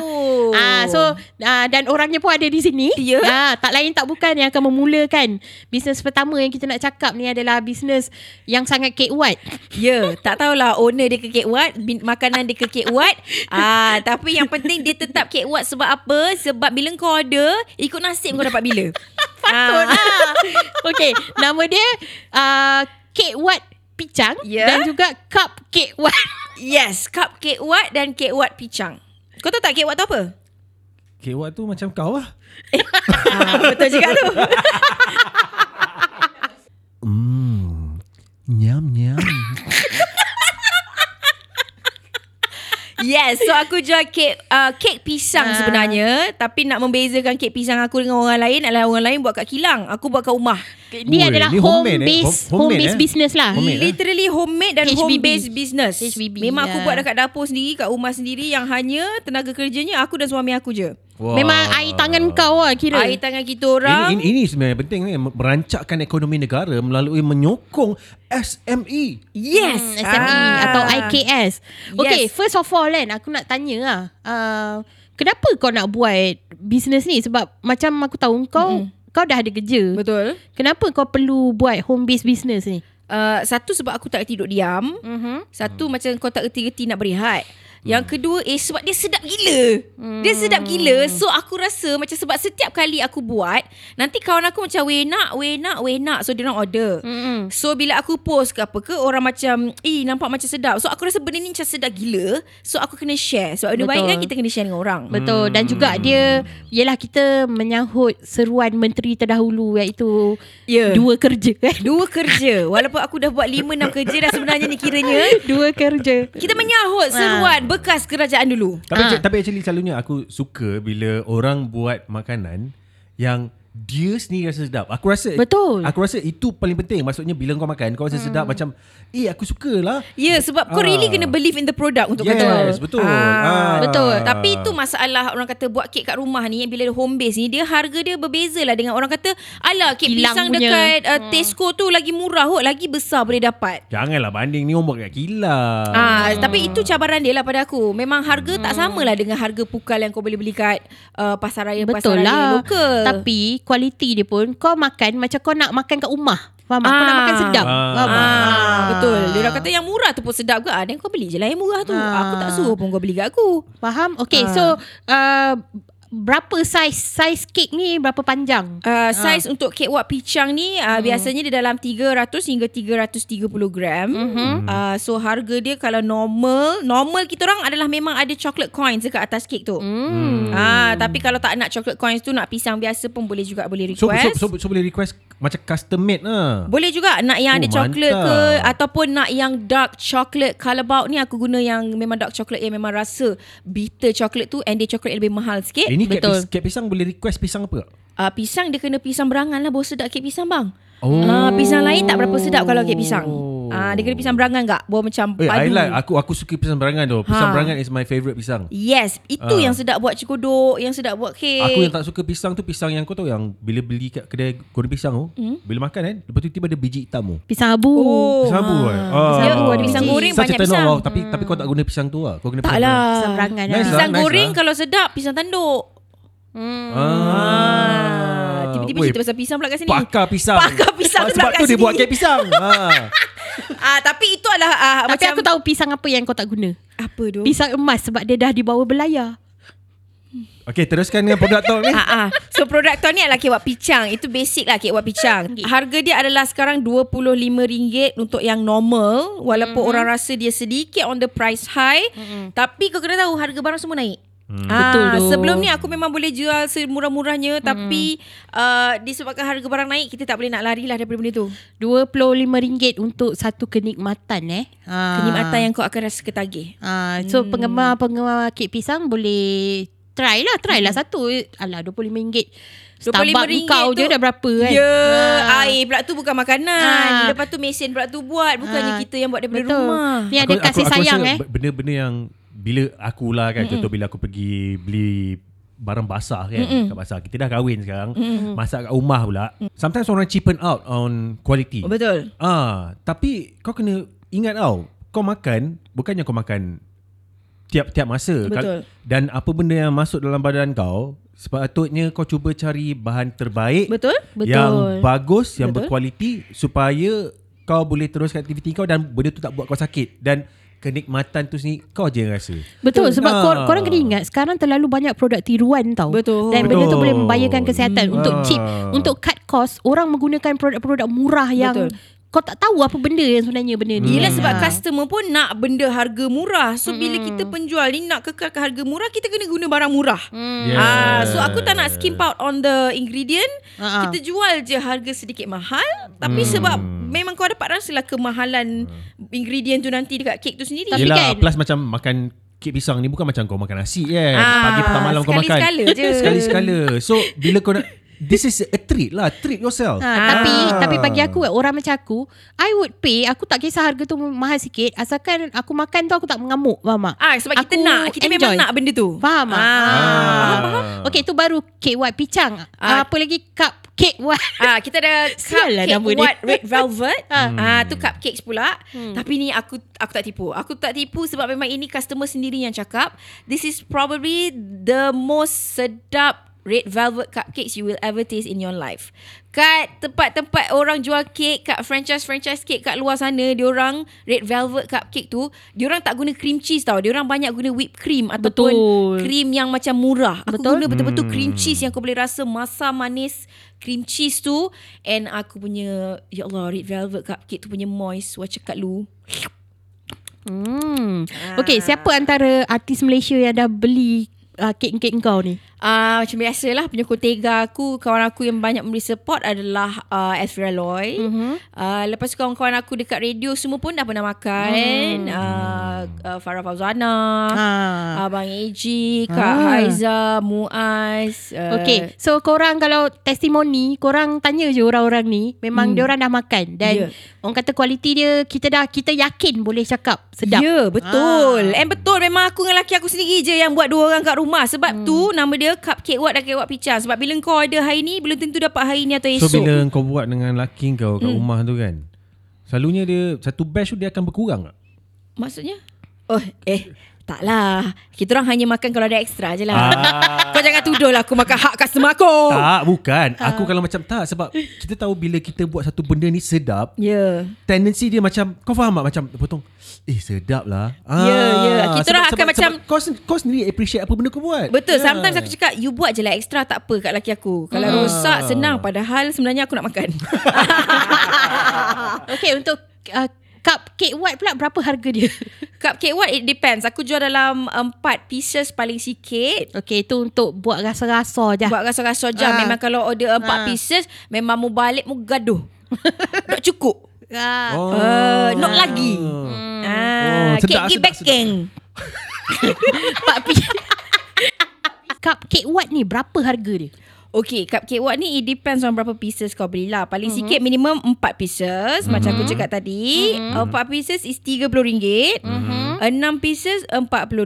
A: ah, So ah, Dan orangnya pun ada di sini
B: Ya.
A: ah, Tak lain tak bukan Yang akan memulakan Bisnes pertama yang kita nak cakap ni Adalah bisnes Yang sangat kekuat
B: Ya, yeah, tak tahulah owner dia ke Cake Wat, bin- makanan dia ke Cake Wat. Ah, tapi yang penting dia tetap Cake Wat sebab apa? Sebab bila kau order, ikut nasib kau dapat bila. Patut
A: Ah. okay, nama dia uh, Cake Wat Pichang
B: Ya.
A: dan juga Cup Cake Wat.
B: Yes, cup Cake Wat dan Cake Wat Pichang. Kau tahu tak Cake Wat tu apa?
C: Kewak tu macam kau lah.
B: Ah, betul juga tu.
C: Hmm. Nyam nyam.
B: Yes, so aku jual kek uh, kek
A: Ah.
B: pisang sebenarnya, tapi nak membezakan kek pisang aku dengan orang lain adalah orang lain buat kat kilang, aku buat kat rumah.
A: Ni
C: Oi,
A: adalah
C: ni
A: home
C: homemade, eh.
A: based
C: Home-
A: home
C: homemade,
A: based
C: eh.
A: business lah.
C: Homemade, eh.
B: Literally homemade dan
A: HBB.
B: home based business.
A: HBB,
B: Memang aku
A: ya.
B: buat dekat dapur sendiri, kat rumah sendiri yang hanya tenaga kerjanya aku dan suami aku je.
C: Wah.
A: Memang air tangan kau lah kira.
B: Air tangan kita
C: Ini,
B: orang.
C: ini, ini sebenarnya penting ni merancakkan ekonomi negara melalui menyokong E. SME.
B: Yes,
A: Hmm, SME
B: Ah.
A: atau IKS. Okay,
B: Yes.
A: first of all kan, aku nak tanya lah. Uh, kenapa kau nak buat bisnes ni? Sebab macam aku tahu kau, mm-hmm. kau dah ada kerja.
B: Betul.
A: Kenapa kau perlu buat home-based business ni?
B: Uh, satu sebab aku tak tidur diam.
A: Mm-hmm.
B: Satu hmm. macam kau tak reti-reti nak berehat. Yang kedua eh sebab dia sedap gila. Hmm. Dia sedap gila. So aku rasa macam sebab setiap kali aku buat, nanti kawan aku macam weh nak, weh nak, weh nak. So dia orang order.
A: Mm-hmm.
B: So bila aku post ke apa ke orang macam eh nampak macam sedap. So aku rasa benda ni macam sedap gila. So aku kena share. Sebab benda
A: Betul.
B: baik kan kita kena share dengan orang.
A: Betul dan juga dia ialah kita menyahut seruan menteri terdahulu iaitu
B: Ya.
A: dua kerja eh.
B: Dua kerja. Walaupun aku dah buat lima enam kerja dah sebenarnya ni kiranya
A: Dua kerja.
B: kita menyahut seruan bekas kerajaan dulu.
C: Tapi
A: Ah.
C: ha. tapi actually selalunya aku suka bila orang buat makanan yang dia sendiri rasa sedap. Aku rasa
A: Betul.
C: Aku rasa itu paling penting. Maksudnya bila kau makan kau rasa hmm. sedap macam eh aku sukalah.
B: Ya sebab kau
C: Ah.
B: really kena believe in the product untuk
C: Yes, betul. Ah.
B: Betul. Tapi itu masalah orang kata buat kek kat rumah ni bila dia home base ni dia harga dia berbeza lah dengan orang kata ala kek
A: Kilang
B: pisang
A: punya."
B: dekat uh, Tesco tu lagi murah kot lagi besar boleh dapat.
C: Janganlah banding ni orang buat kat kilang.
B: Ah, tapi itu cabaran dia lah pada aku. Memang harga tak samalah dengan harga pukal yang kau boleh beli kat uh, pasar raya pasar
A: Betul
B: raya
A: lah.
B: lokal.
A: Tapi kualiti dia pun kau makan macam kau nak makan kat rumah. Faham? Ah. Kau nak
B: Ah.
A: makan sedap.
C: Ah.
A: Faham?
B: Ah, betul. Dia orang kata yang murah tu pun sedap ke. Ah, then kau beli je lah yang murah tu. Aku
A: Ah.
B: tak suruh pun kau beli kat aku.
A: Faham? Okay,
B: Ah.
A: so uh, berapa saiz saiz kek ni berapa panjang?
C: Ah.
B: Uh, saiz untuk kek wak pichang
C: Hmm.
B: ni uh, biasanya dia dalam 300 hingga 330 gram.
A: Mhm.
C: Hmm.
B: Uh, so harga dia kalau normal, normal kita orang adalah memang ada chocolate coins dekat atas kek tu.
C: Hmm.
B: Mm. Uh, tapi kalau tak nak chocolate coins tu nak pisang biasa pun boleh juga boleh
C: so, so,
B: request.
C: so, so, so boleh request macam custom made lah.
B: Boleh juga nak yang
C: Oh,
B: ada coklat ke
C: mantap.
B: ataupun nak yang dark chocolate. Colourbout ni aku guna yang memang dark chocolate yang memang rasa bitter chocolate tu and dia chocolate lebih mahal sikit.
C: Ini kek,
A: Betul.
C: Eh, pis, kek pisang boleh request pisang apa? tak?
B: Uh, pisang dia kena pisang berangan lah baru sedap kek pisang bang.
C: Oh.
B: Ah, pisang lain tak berapa sedap kalau kek pisang. Ah, dia kena pisang berangan tak? Baru macam
C: Eh, I
B: padu.
C: like. Aku aku suka pisang berangan tu. Pisang
B: Ha.
C: berangan is my favourite pisang.
B: Yes, itu
C: Ah.
B: yang sedap buat cekodok, yang sedap buat kek.
C: Aku yang tak suka pisang tu pisang yang kau tahu yang bila beli kat kedai goreng pisang tu, hmm? bila makan kan, lepas tu tiba ada biji hitam tu.
A: Pisang abu.
B: Oh.
C: Pisang abu kan?
B: Pisang
A: abu ada pisang
B: goreng,
C: Such a
B: banyak
C: turn off,
B: pisang.
C: Wow, tapi tapi kau tak guna pisang tu lah. Kau guna
B: tak
C: pisang
B: lah.
A: Pisang berangan lah.
C: Nice lah,
B: Pisang
C: nice
B: goreng
C: lah.
B: kalau sedap, pisang tanduk.
C: berangan. Ah.
B: Ah, tiba-tiba
C: Weh,
B: cerita pasal pisang pula kat sini.
C: Pakar pisang.
B: Pakar pisang
C: Sebab
B: pula kat
C: tu dia
B: sini.
C: buat kek pisang. ha.
B: Ah, tapi itu adalah ah,
A: Tapi
B: macam
A: aku tahu pisang apa yang kau tak guna.
B: apa tu?
A: Pisang emas sebab dia dah dibawa belayar.
C: Okay, teruskan dengan produk talk ni.
B: Ah, ah. So produk Tony adalah kewak picang Itu basic lah kewak picang Harga dia adalah sekarang RM25 Untuk yang normal Walaupun mm-hmm. orang rasa dia sedikit on the price high mm-hmm. Tapi kau kena tahu harga barang semua naik Hmm. Ah,
A: Betul Mm-hmm. tu.
B: Sebelum ni aku memang boleh jual semurah-murahnya hmm. Tapi uh, disebabkan harga barang naik Kita tak boleh nak lari lah daripada benda tu
A: RM25 untuk satu kenikmatan eh. Ha.
B: Kenikmatan yang kau akan rasa ketagih
A: Ha. So
B: Hmm.
A: penggemar-penggemar kek pisang boleh try lah. Try
B: Hmm.
A: lah satu. Alah RM25. Starbucks
B: RM25
A: kau
B: tu-
A: je dah berapa kan.
B: Ya
A: Ha.
B: Air pula tu bukan makanan
A: Ah.
B: Lepas tu mesin pula tu buat Bukannya
A: Ah.
B: kita yang buat daripada
A: Betul.
B: rumah
A: Ni ada kasih sayang
C: rasa
A: eh.
C: b- Benda-benda yang bila akulah kan mm contoh bila aku pergi beli barang basah kan mm kat pasar. Kita dah kahwin sekarang. mm Masak kat rumah pula.
B: Mm.
C: Sometimes orang cheapen out on quality.
B: Betul
C: Ah, tapi kau kena ingat tau. Kau makan bukannya kau makan tiap-tiap masa. Kal-
B: Betul.
C: Dan apa benda yang masuk dalam badan kau, sepatutnya kau cuba cari bahan terbaik.
B: Betul?
C: Yang
A: Betul.
C: bagus, yang
B: Betul.
C: berkualiti supaya kau boleh teruskan aktiviti kau dan benda tu tak buat kau sakit dan kenikmatan tu sendiri kau je yang rasa.
A: Betul sebab
C: Ah.
A: kor, korang kena ingat sekarang terlalu banyak produk tiruan tau.
B: Betul.
A: Dan benda tu
C: Betul.
A: boleh membahayakan kesihatan
C: Hmm.
A: untuk
C: Ah.
A: cheap, untuk cut cost, orang menggunakan produk-produk murah yang
B: Betul.
A: kau tak tahu apa benda yang sebenarnya benda ni.
B: Yelah
C: Hmm.
B: sebab
A: Ah.
B: customer pun nak benda harga murah. So bila
A: Hmm.
B: kita penjual ni nak kekalkan harga murah, kita kena guna barang murah.
A: Hmm.
C: Yeah.
B: Ah, so aku tak nak skimp out on the ingredient.
A: Ah, ah.
B: Kita jual je harga sedikit mahal, tapi
A: Hmm.
B: sebab memang kau dapat rasalah kemahalan ingredient tu nanti dekat kek tu sendiri.
A: Tapi
C: Yelah
A: kan-
C: plus macam makan kek pisang ni bukan macam kau makan nasi kan.
B: Ah,
C: Pagi petang malam kau makan.
B: sekali-sekala je.
C: Sekali-sekala. So bila kau nak this is a treat lah, treat yourself.
A: Ha,
B: Ah,
A: Tapi tapi bagi aku eh, orang macam aku, I would pay. Aku tak kisah harga tu mahal sikit. Asalkan aku makan tu aku tak mengamuk. Faham tak?
B: Ah sebab kita
A: Aku
B: nak, kita memang
A: enjoy.
B: nak benda tu.
A: Faham tak?
B: Ah.
A: Okay tu baru kek white picang.
B: Ah.
A: Apa lagi cup cake white.
B: Ah kita ada
A: Sial lah
B: cupcake
A: nama dia. Hmm.
B: what red velvet. ah tu cupcakes pula. Tapi ni aku aku tak tipu. Aku tak tipu sebab memang ini customer sendiri yang cakap this is probably the most sedap red velvet cupcakes you will ever taste in your life. Kat tempat-tempat orang jual kek, kat franchise-franchise kek kat luar sana, diorang red velvet cupcake tu, diorang tak guna cream cheese tau. Diorang banyak guna whipped cream ataupun
A: Betul.
B: cream yang macam murah. Aku
A: Betul.
B: guna betul-betul cream cheese yang kau boleh rasa masam manis cream cheese tu and aku punya ya Allah red velvet cupcake tu punya moist wah cakap lu.
A: Hmm. Okay siapa antara artis Malaysia yang dah beli uh, kek-kek kau ni?
B: Ah uh, macam biasalah punya kotega aku kawan aku yang banyak memberi support adalah uh, Ezra Loy.
A: Hmm.
B: Mm-hmm. Uh, lepas tu kawan-kawan aku dekat radio semua pun dah pernah makan. Mm. Uh, uh, Farah Fauzana,
A: Hmm. Ah.
B: Abang AG, Kak
A: Ah.
B: Haiza, Muaz. Uh,
A: Okay So korang kalau Testimoni Korang tanya je orang-orang ni Memang hmm. diorang dah makan Dan yeah.
B: Ya.
A: Orang kata kualiti dia Kita dah Kita yakin boleh cakap Sedap
B: Ya yeah, betul ah. And betul memang aku dengan laki aku sendiri je Yang buat dua orang kat rumah Sebab hmm. tu nama dia Cupcake Wat dan Cake Wat Pichang Sebab bila kau order hari ni Belum tentu dapat hari ni atau
C: So
B: esok
C: bila kau buat dengan laki kau
B: Hmm.
C: kat rumah tu kan. Selalunya dia satu batch tu dia akan berkurang tak?
B: Maksudnya? Oh eh Taklah Kita orang hanya makan kalau ada extra je lah ah. Kau jangan tuduh lah aku makan hak customer aku
C: Tak, bukan.
B: Ah.
C: Aku kalau macam tak sebab kita tahu bila kita buat satu benda ni sedap,
B: Ya yeah.
C: tendency dia macam kau faham tak macam potong eh sedap lah.
B: Ya, ya.
C: sebab-
B: Kita orang akan
C: sebab-
B: macam-
C: sebab kau, sen- kau sendiri appreciate apa benda kau buat.
B: Betul
C: Ya.
B: yeah. Sometimes aku cakap You buat je lah extra Tak apa kat laki aku Kalau
C: Ah.
B: rosak senang Padahal sebenarnya aku nak makan
A: Okay untuk uh, Cupcake white pula Berapa harga dia
B: Cupcake what It depends Aku jual dalam 4 pieces paling sikit
A: Okay itu untuk Buat rasa-rasa je
B: Buat rasa-rasa jam
A: Ah.
B: Memang kalau order empat
A: Ah.
B: pieces Memang mu balik mu gaduh Tak cukup
A: Ah.
C: Oh.
B: uh, Not lagi
C: Oh,
B: Ah,
C: sedap,
B: Kek gi
C: sedap,
B: backing
A: Cupcake white ni Berapa harga dia
B: Okay, cupcake wok ni it depends on berapa pieces kau beli lah. Paling mm-hmm. sikit minimum 4 pieces mm-hmm. macam aku cakap tadi. Mm-hmm. 4 pieces is RM30. Mm-hmm. 6 pieces RM40.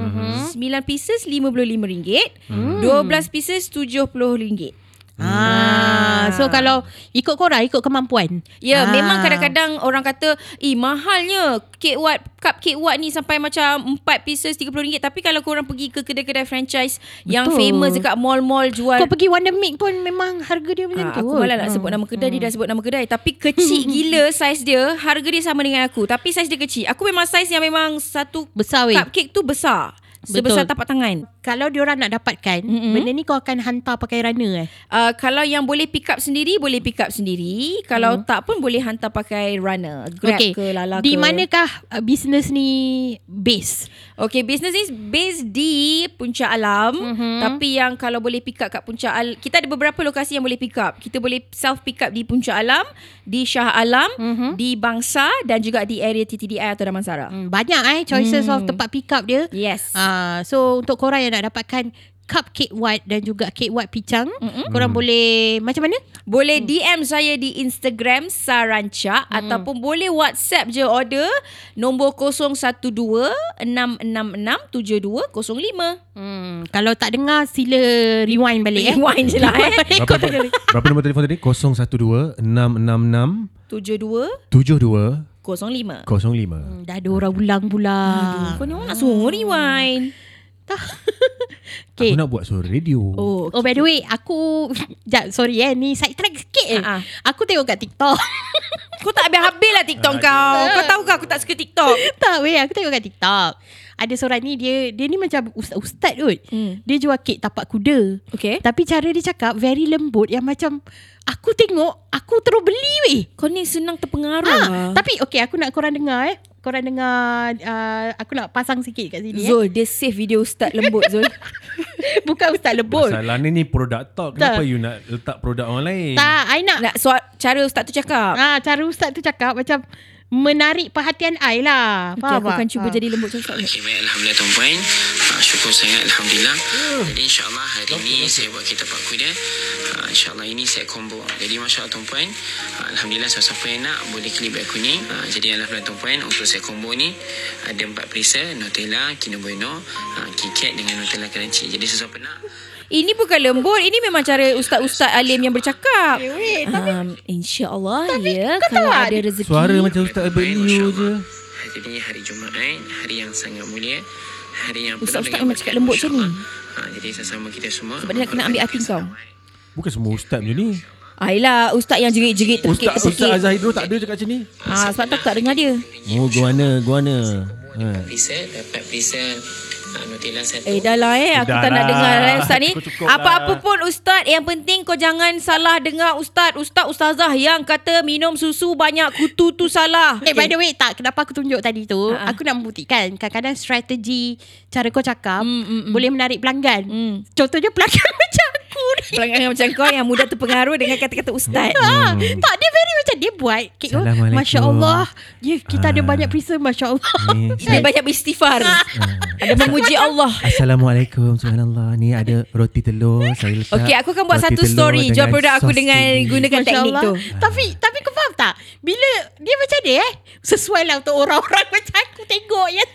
B: Mm-hmm. 9 pieces RM55. Mm. 12 pieces RM70.
A: ah. So kalau Ikut korang Ikut kemampuan
B: Ya, ah.
A: Ah.
B: memang kadang-kadang orang kata, "Eh, mahalnya kek wat, cupcake wat ni sampai macam 4 pieces RM30." Tapi kalau korang pergi ke kedai-kedai franchise Betul. yang
A: Betul.
B: famous dekat mall-mall jual
A: Kau pergi Wonder Milk pun Memang harga dia macam
B: Ah,
A: tu Hmm.
B: aku malah nak sebut nama kedai Dia dah sebut nama kedai Tapi kecil gila saiz dia Harga dia sama dengan aku Tapi saiz dia kecil Aku memang saiz yang memang Satu
A: Besar weh
B: cupcake tu besar Sebesar
A: Betul.
B: tapak tangan
A: Kalau diorang nak dapatkan mm-hmm. Benda ni kau akan hantar pakai runner eh
B: Uh, kalau yang boleh pick up sendiri Boleh pick up sendiri Kalau tak pun Boleh hantar pakai runner Grab
A: Hmm. Okey,
B: okay. ke Lala
A: Di
B: ke
A: manakah uh, bisnes ni base?
B: Okay, business is based di Puncak Alam. Mm-hmm. Tapi yang kalau boleh pick up kat Puncak Alam, kita ada beberapa lokasi yang boleh pick up. Kita boleh self pick up di Puncak Alam, di Shah Alam, mm-hmm. di Bangsa dan juga di area TTDI atau Damansara. Mm.
A: Hmm, banyak eh choices mm. of tempat pick up dia.
B: Yes. Uh,
A: Uh, so untuk korang yang nak dapatkan cupcake white dan juga cake white picang, mm-hmm. korang boleh macam mana?
B: boleh DM saya di Instagram Saranca mm. ataupun boleh WhatsApp je order nombor 012 666 7205.
A: Hmm, kalau tak dengar sila rewind balik eh.
B: Rewind je lah eh.
C: Berapa, berapa nombor telefon tadi? 012 666 7205.
B: 7205.
C: Hmm.
A: Dah Hmm, ada orang ulang pula.
B: Kau ni orang nak suruh rewind.
A: Tak.
C: Okay.
A: okay.
C: Aku nak buat suara radio. Oh.
A: Oh, by the way, aku Sekejap, sorry eh, ni side track sikit eh.
B: Ah, ah.
A: Aku tengok kat TikTok.
B: Kau tak habis-habis lah TikTok kau. Kau tahu ke aku tak suka TikTok?
A: tak weh, aku tengok kat TikTok. Ada seorang ni dia dia ni macam ustaz-ustaz kot.
B: Hmm. Eh?
A: Dia jual kek tapak kuda.
B: Okay.
A: Tapi cara dia cakap very lembut yang macam aku tengok, aku terus beli weh.
B: Kau ni senang terpengaruh
A: Ah,
B: ah, lah.
A: tapi okay, aku nak korang dengar eh. Korang dengar uh, aku nak pasang sikit kat sini eh.
B: Zul, dia save video Ustaz lembut Zul.
A: Bukan ustaz lebut.
C: Masalahnya ni produk talk. Kenapa
A: Tak.
C: you nak letak produk orang lain?
A: Tak, I nak
B: Nak soal cara Ustaz tu cakap.
A: Ah, cara ustaz tu cakap macam menarik perhatian I lah.
B: Okay,
A: Faham
B: aku
A: tak?
B: akan cuba
A: Ah.
B: jadi lembut macam Ustaz. ni.
D: Okey baik Alhamdulillah tuan puan uh, Syukur sangat Alhamdulillah
B: Hmm.
D: Jadi insyaAllah hari ini Saya buat kita Pak Kuda uh, InsyaAllah ini saya combo Jadi masyaAllah tuan puan uh, Alhamdulillah siapa-siapa yang nak Boleh klik beg kuning uh, Jadi Alhamdulillah tuan puan Untuk saya combo ni Ada empat perisa Nutella Kinder Bueno uh, KitKat dengan Nutella Crunchy Jadi siapa-siapa nak
B: Ini bukan lembut. Ini memang cara Ustaz-Ustaz alim yang bercakap.
A: Eh, weh,
B: Um, InsyaAllah ya.
A: kau
B: Kalau
A: tahu tak,
B: ada rezeki.
C: Suara macam Ustaz Albert
D: Baik,
C: Liu je.
D: masyaAllah. Hari ini hari Jumaat eh. Hari yang sangat mulia Hari yang penuh
B: Ustaz-ustaz
D: dengan
B: memang
D: berkat,
B: cakap lembut macam ni.
D: insyaAllah. Uh, Jadi sesama kita semua
B: Sebab dia nak kena ambil hati kau.
C: Bukan semua ustaz macam ni.
B: Ayolah, Ustaz yang jerit-jerit
C: Ustaz, Ustaz
B: terkekit-terkekit.
C: Azhar Hidro tak ada cakap macam ni.
B: Ah, sebab tu aku tak dengar dia.
C: Oh, guana, guana. Ha.
D: Perisa Dapat perisa uh, Nutella satu
B: Eh dah lah eh Aku
C: Dah
B: tak nak
C: lah.
B: dengar eh, Ustaz ni
C: Cukup-cukup
B: Apa-apa
C: lah.
B: pun Ustaz Yang penting kau jangan salah dengar Ustaz Ustaz Ustazah yang kata Minum susu banyak kutu tu salah
A: Eh, by the way, tak kenapa aku tunjuk tadi tu,
B: Ha-ha.
A: aku nak membuktikan kadang-kadang strategi cara kau cakap
B: Mm,
A: boleh menarik pelanggan. Contohnya pelanggan macam aku ni.
B: Pelanggan macam kau Yang mudah terpengaruh Dengan kata-kata Ustaz
A: Ah, tak dia very macam dia buat kek tu,
C: Hmm. Assalamualaikum.
A: Masya Allah Ya kita ada
C: Ah.
A: banyak perisa Masya Allah
C: Ni,
B: Dia banyak beristighfar
C: Ah.
B: Ada memuji Allah
C: Assalamualaikum Subhanallah Ni ada roti telur Saya letak
B: Okey, aku akan buat satu story jual produk aku dengan gunakan
A: Masya
B: teknik
A: Allah
B: tu.
A: Tapi tapi kau faham tak Bila dia macam dia eh Sesuai lah untuk orang-orang macam aku tengok ya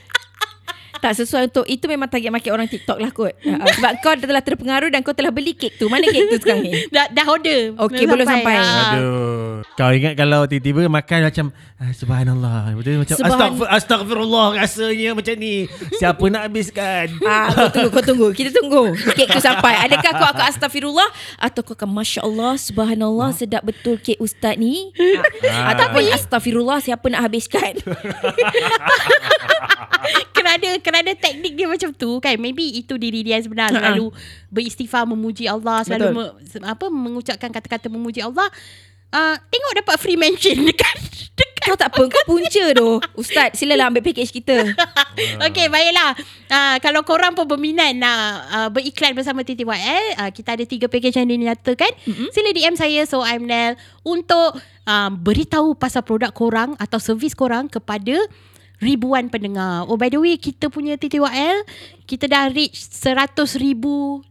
B: Tak sesuai untuk Itu memang target market orang TikTok lah kot Ah, ah, Sebab kau telah terpengaruh Dan kau telah beli kek tu Mana kek tu sekarang ni
A: Dah, dah order
B: Okey, belum sampai.
A: Ah.
C: Aduh Kau ingat kalau tiba-tiba makan macam ah, Subhanallah Betul macam
B: Subhan-
C: Astagfir, Astagfirullah rasanya macam ni Siapa nak habiskan
B: Ah, kau tunggu, kau tunggu. Kita tunggu. Kek tu sampai. Adakah kau akan astagfirullah atau kau akan Masya Allah, Subhanallah, sedap betul kek Ustaz ni. Ah. Ataupun astagfirullah, siapa nak habiskan.
A: kerana kerana teknik dia macam tu kan maybe itu diri dia yang sebenar
B: Ha-ha.
A: selalu beristighfar memuji Allah selalu
B: Betul.
A: me, se- apa mengucapkan kata-kata memuji Allah uh, tengok dapat free mention dekat dekat
B: Kau tak apa, kau punca tu. Ustaz, silalah ambil package kita.
A: Okey baiklah uh, Kalau korang pun berminat Nak uh, beriklan bersama TTYL uh, Kita ada tiga package yang dinyatakan mm-hmm. Sila DM saya So I'm Nel Untuk uh, beritahu pasal produk korang Atau servis korang Kepada ribuan pendengar Oh by the way Kita punya TTYL Kita dah reach 100 ribu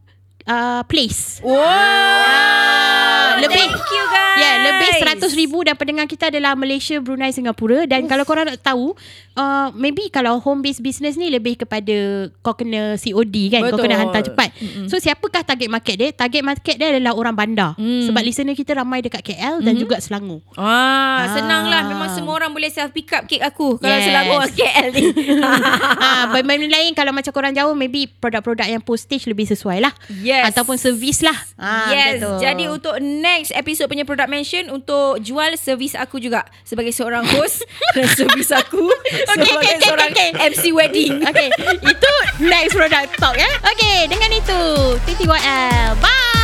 A: uh, place
B: Wow.
A: Ah, lebih-
B: Ah. Thank you guys.
A: Ya, yeah, lebih 100 ribu dan pendengar kita adalah Malaysia, Brunei, Singapura dan kalau korang nak tahu, uh, maybe kalau home based business ni lebih kepada kau kena COD kan, kau
B: Betul.
A: kena hantar cepat. Mm-hmm. So siapakah target market dia? Target market dia adalah orang bandar. Mm. Sebab listener kita ramai dekat KL
B: Mm-hmm.
A: dan juga Selangor.
B: Ah, senanglah.
A: Ah.
B: Memang semua orang boleh self pick up kek aku. Kalau yes.
A: Yes.
B: selangor orang KL ni.
A: Ah, uh, benda lain kalau macam korang jauh maybe produk-produk yang postage lebih sesuai lah.
B: Yes.
A: Ataupun servis lah. Ah,
B: yes.
A: macam tu.
B: Jadi untuk next episode punya product mention untuk jual servis aku juga sebagai seorang host dan servis aku sebagai
A: okay, okay,
B: seorang
A: okay.
B: MC wedding.
A: Okay, itu next product talk ya. Okay, dengan itu TTYL. Bye.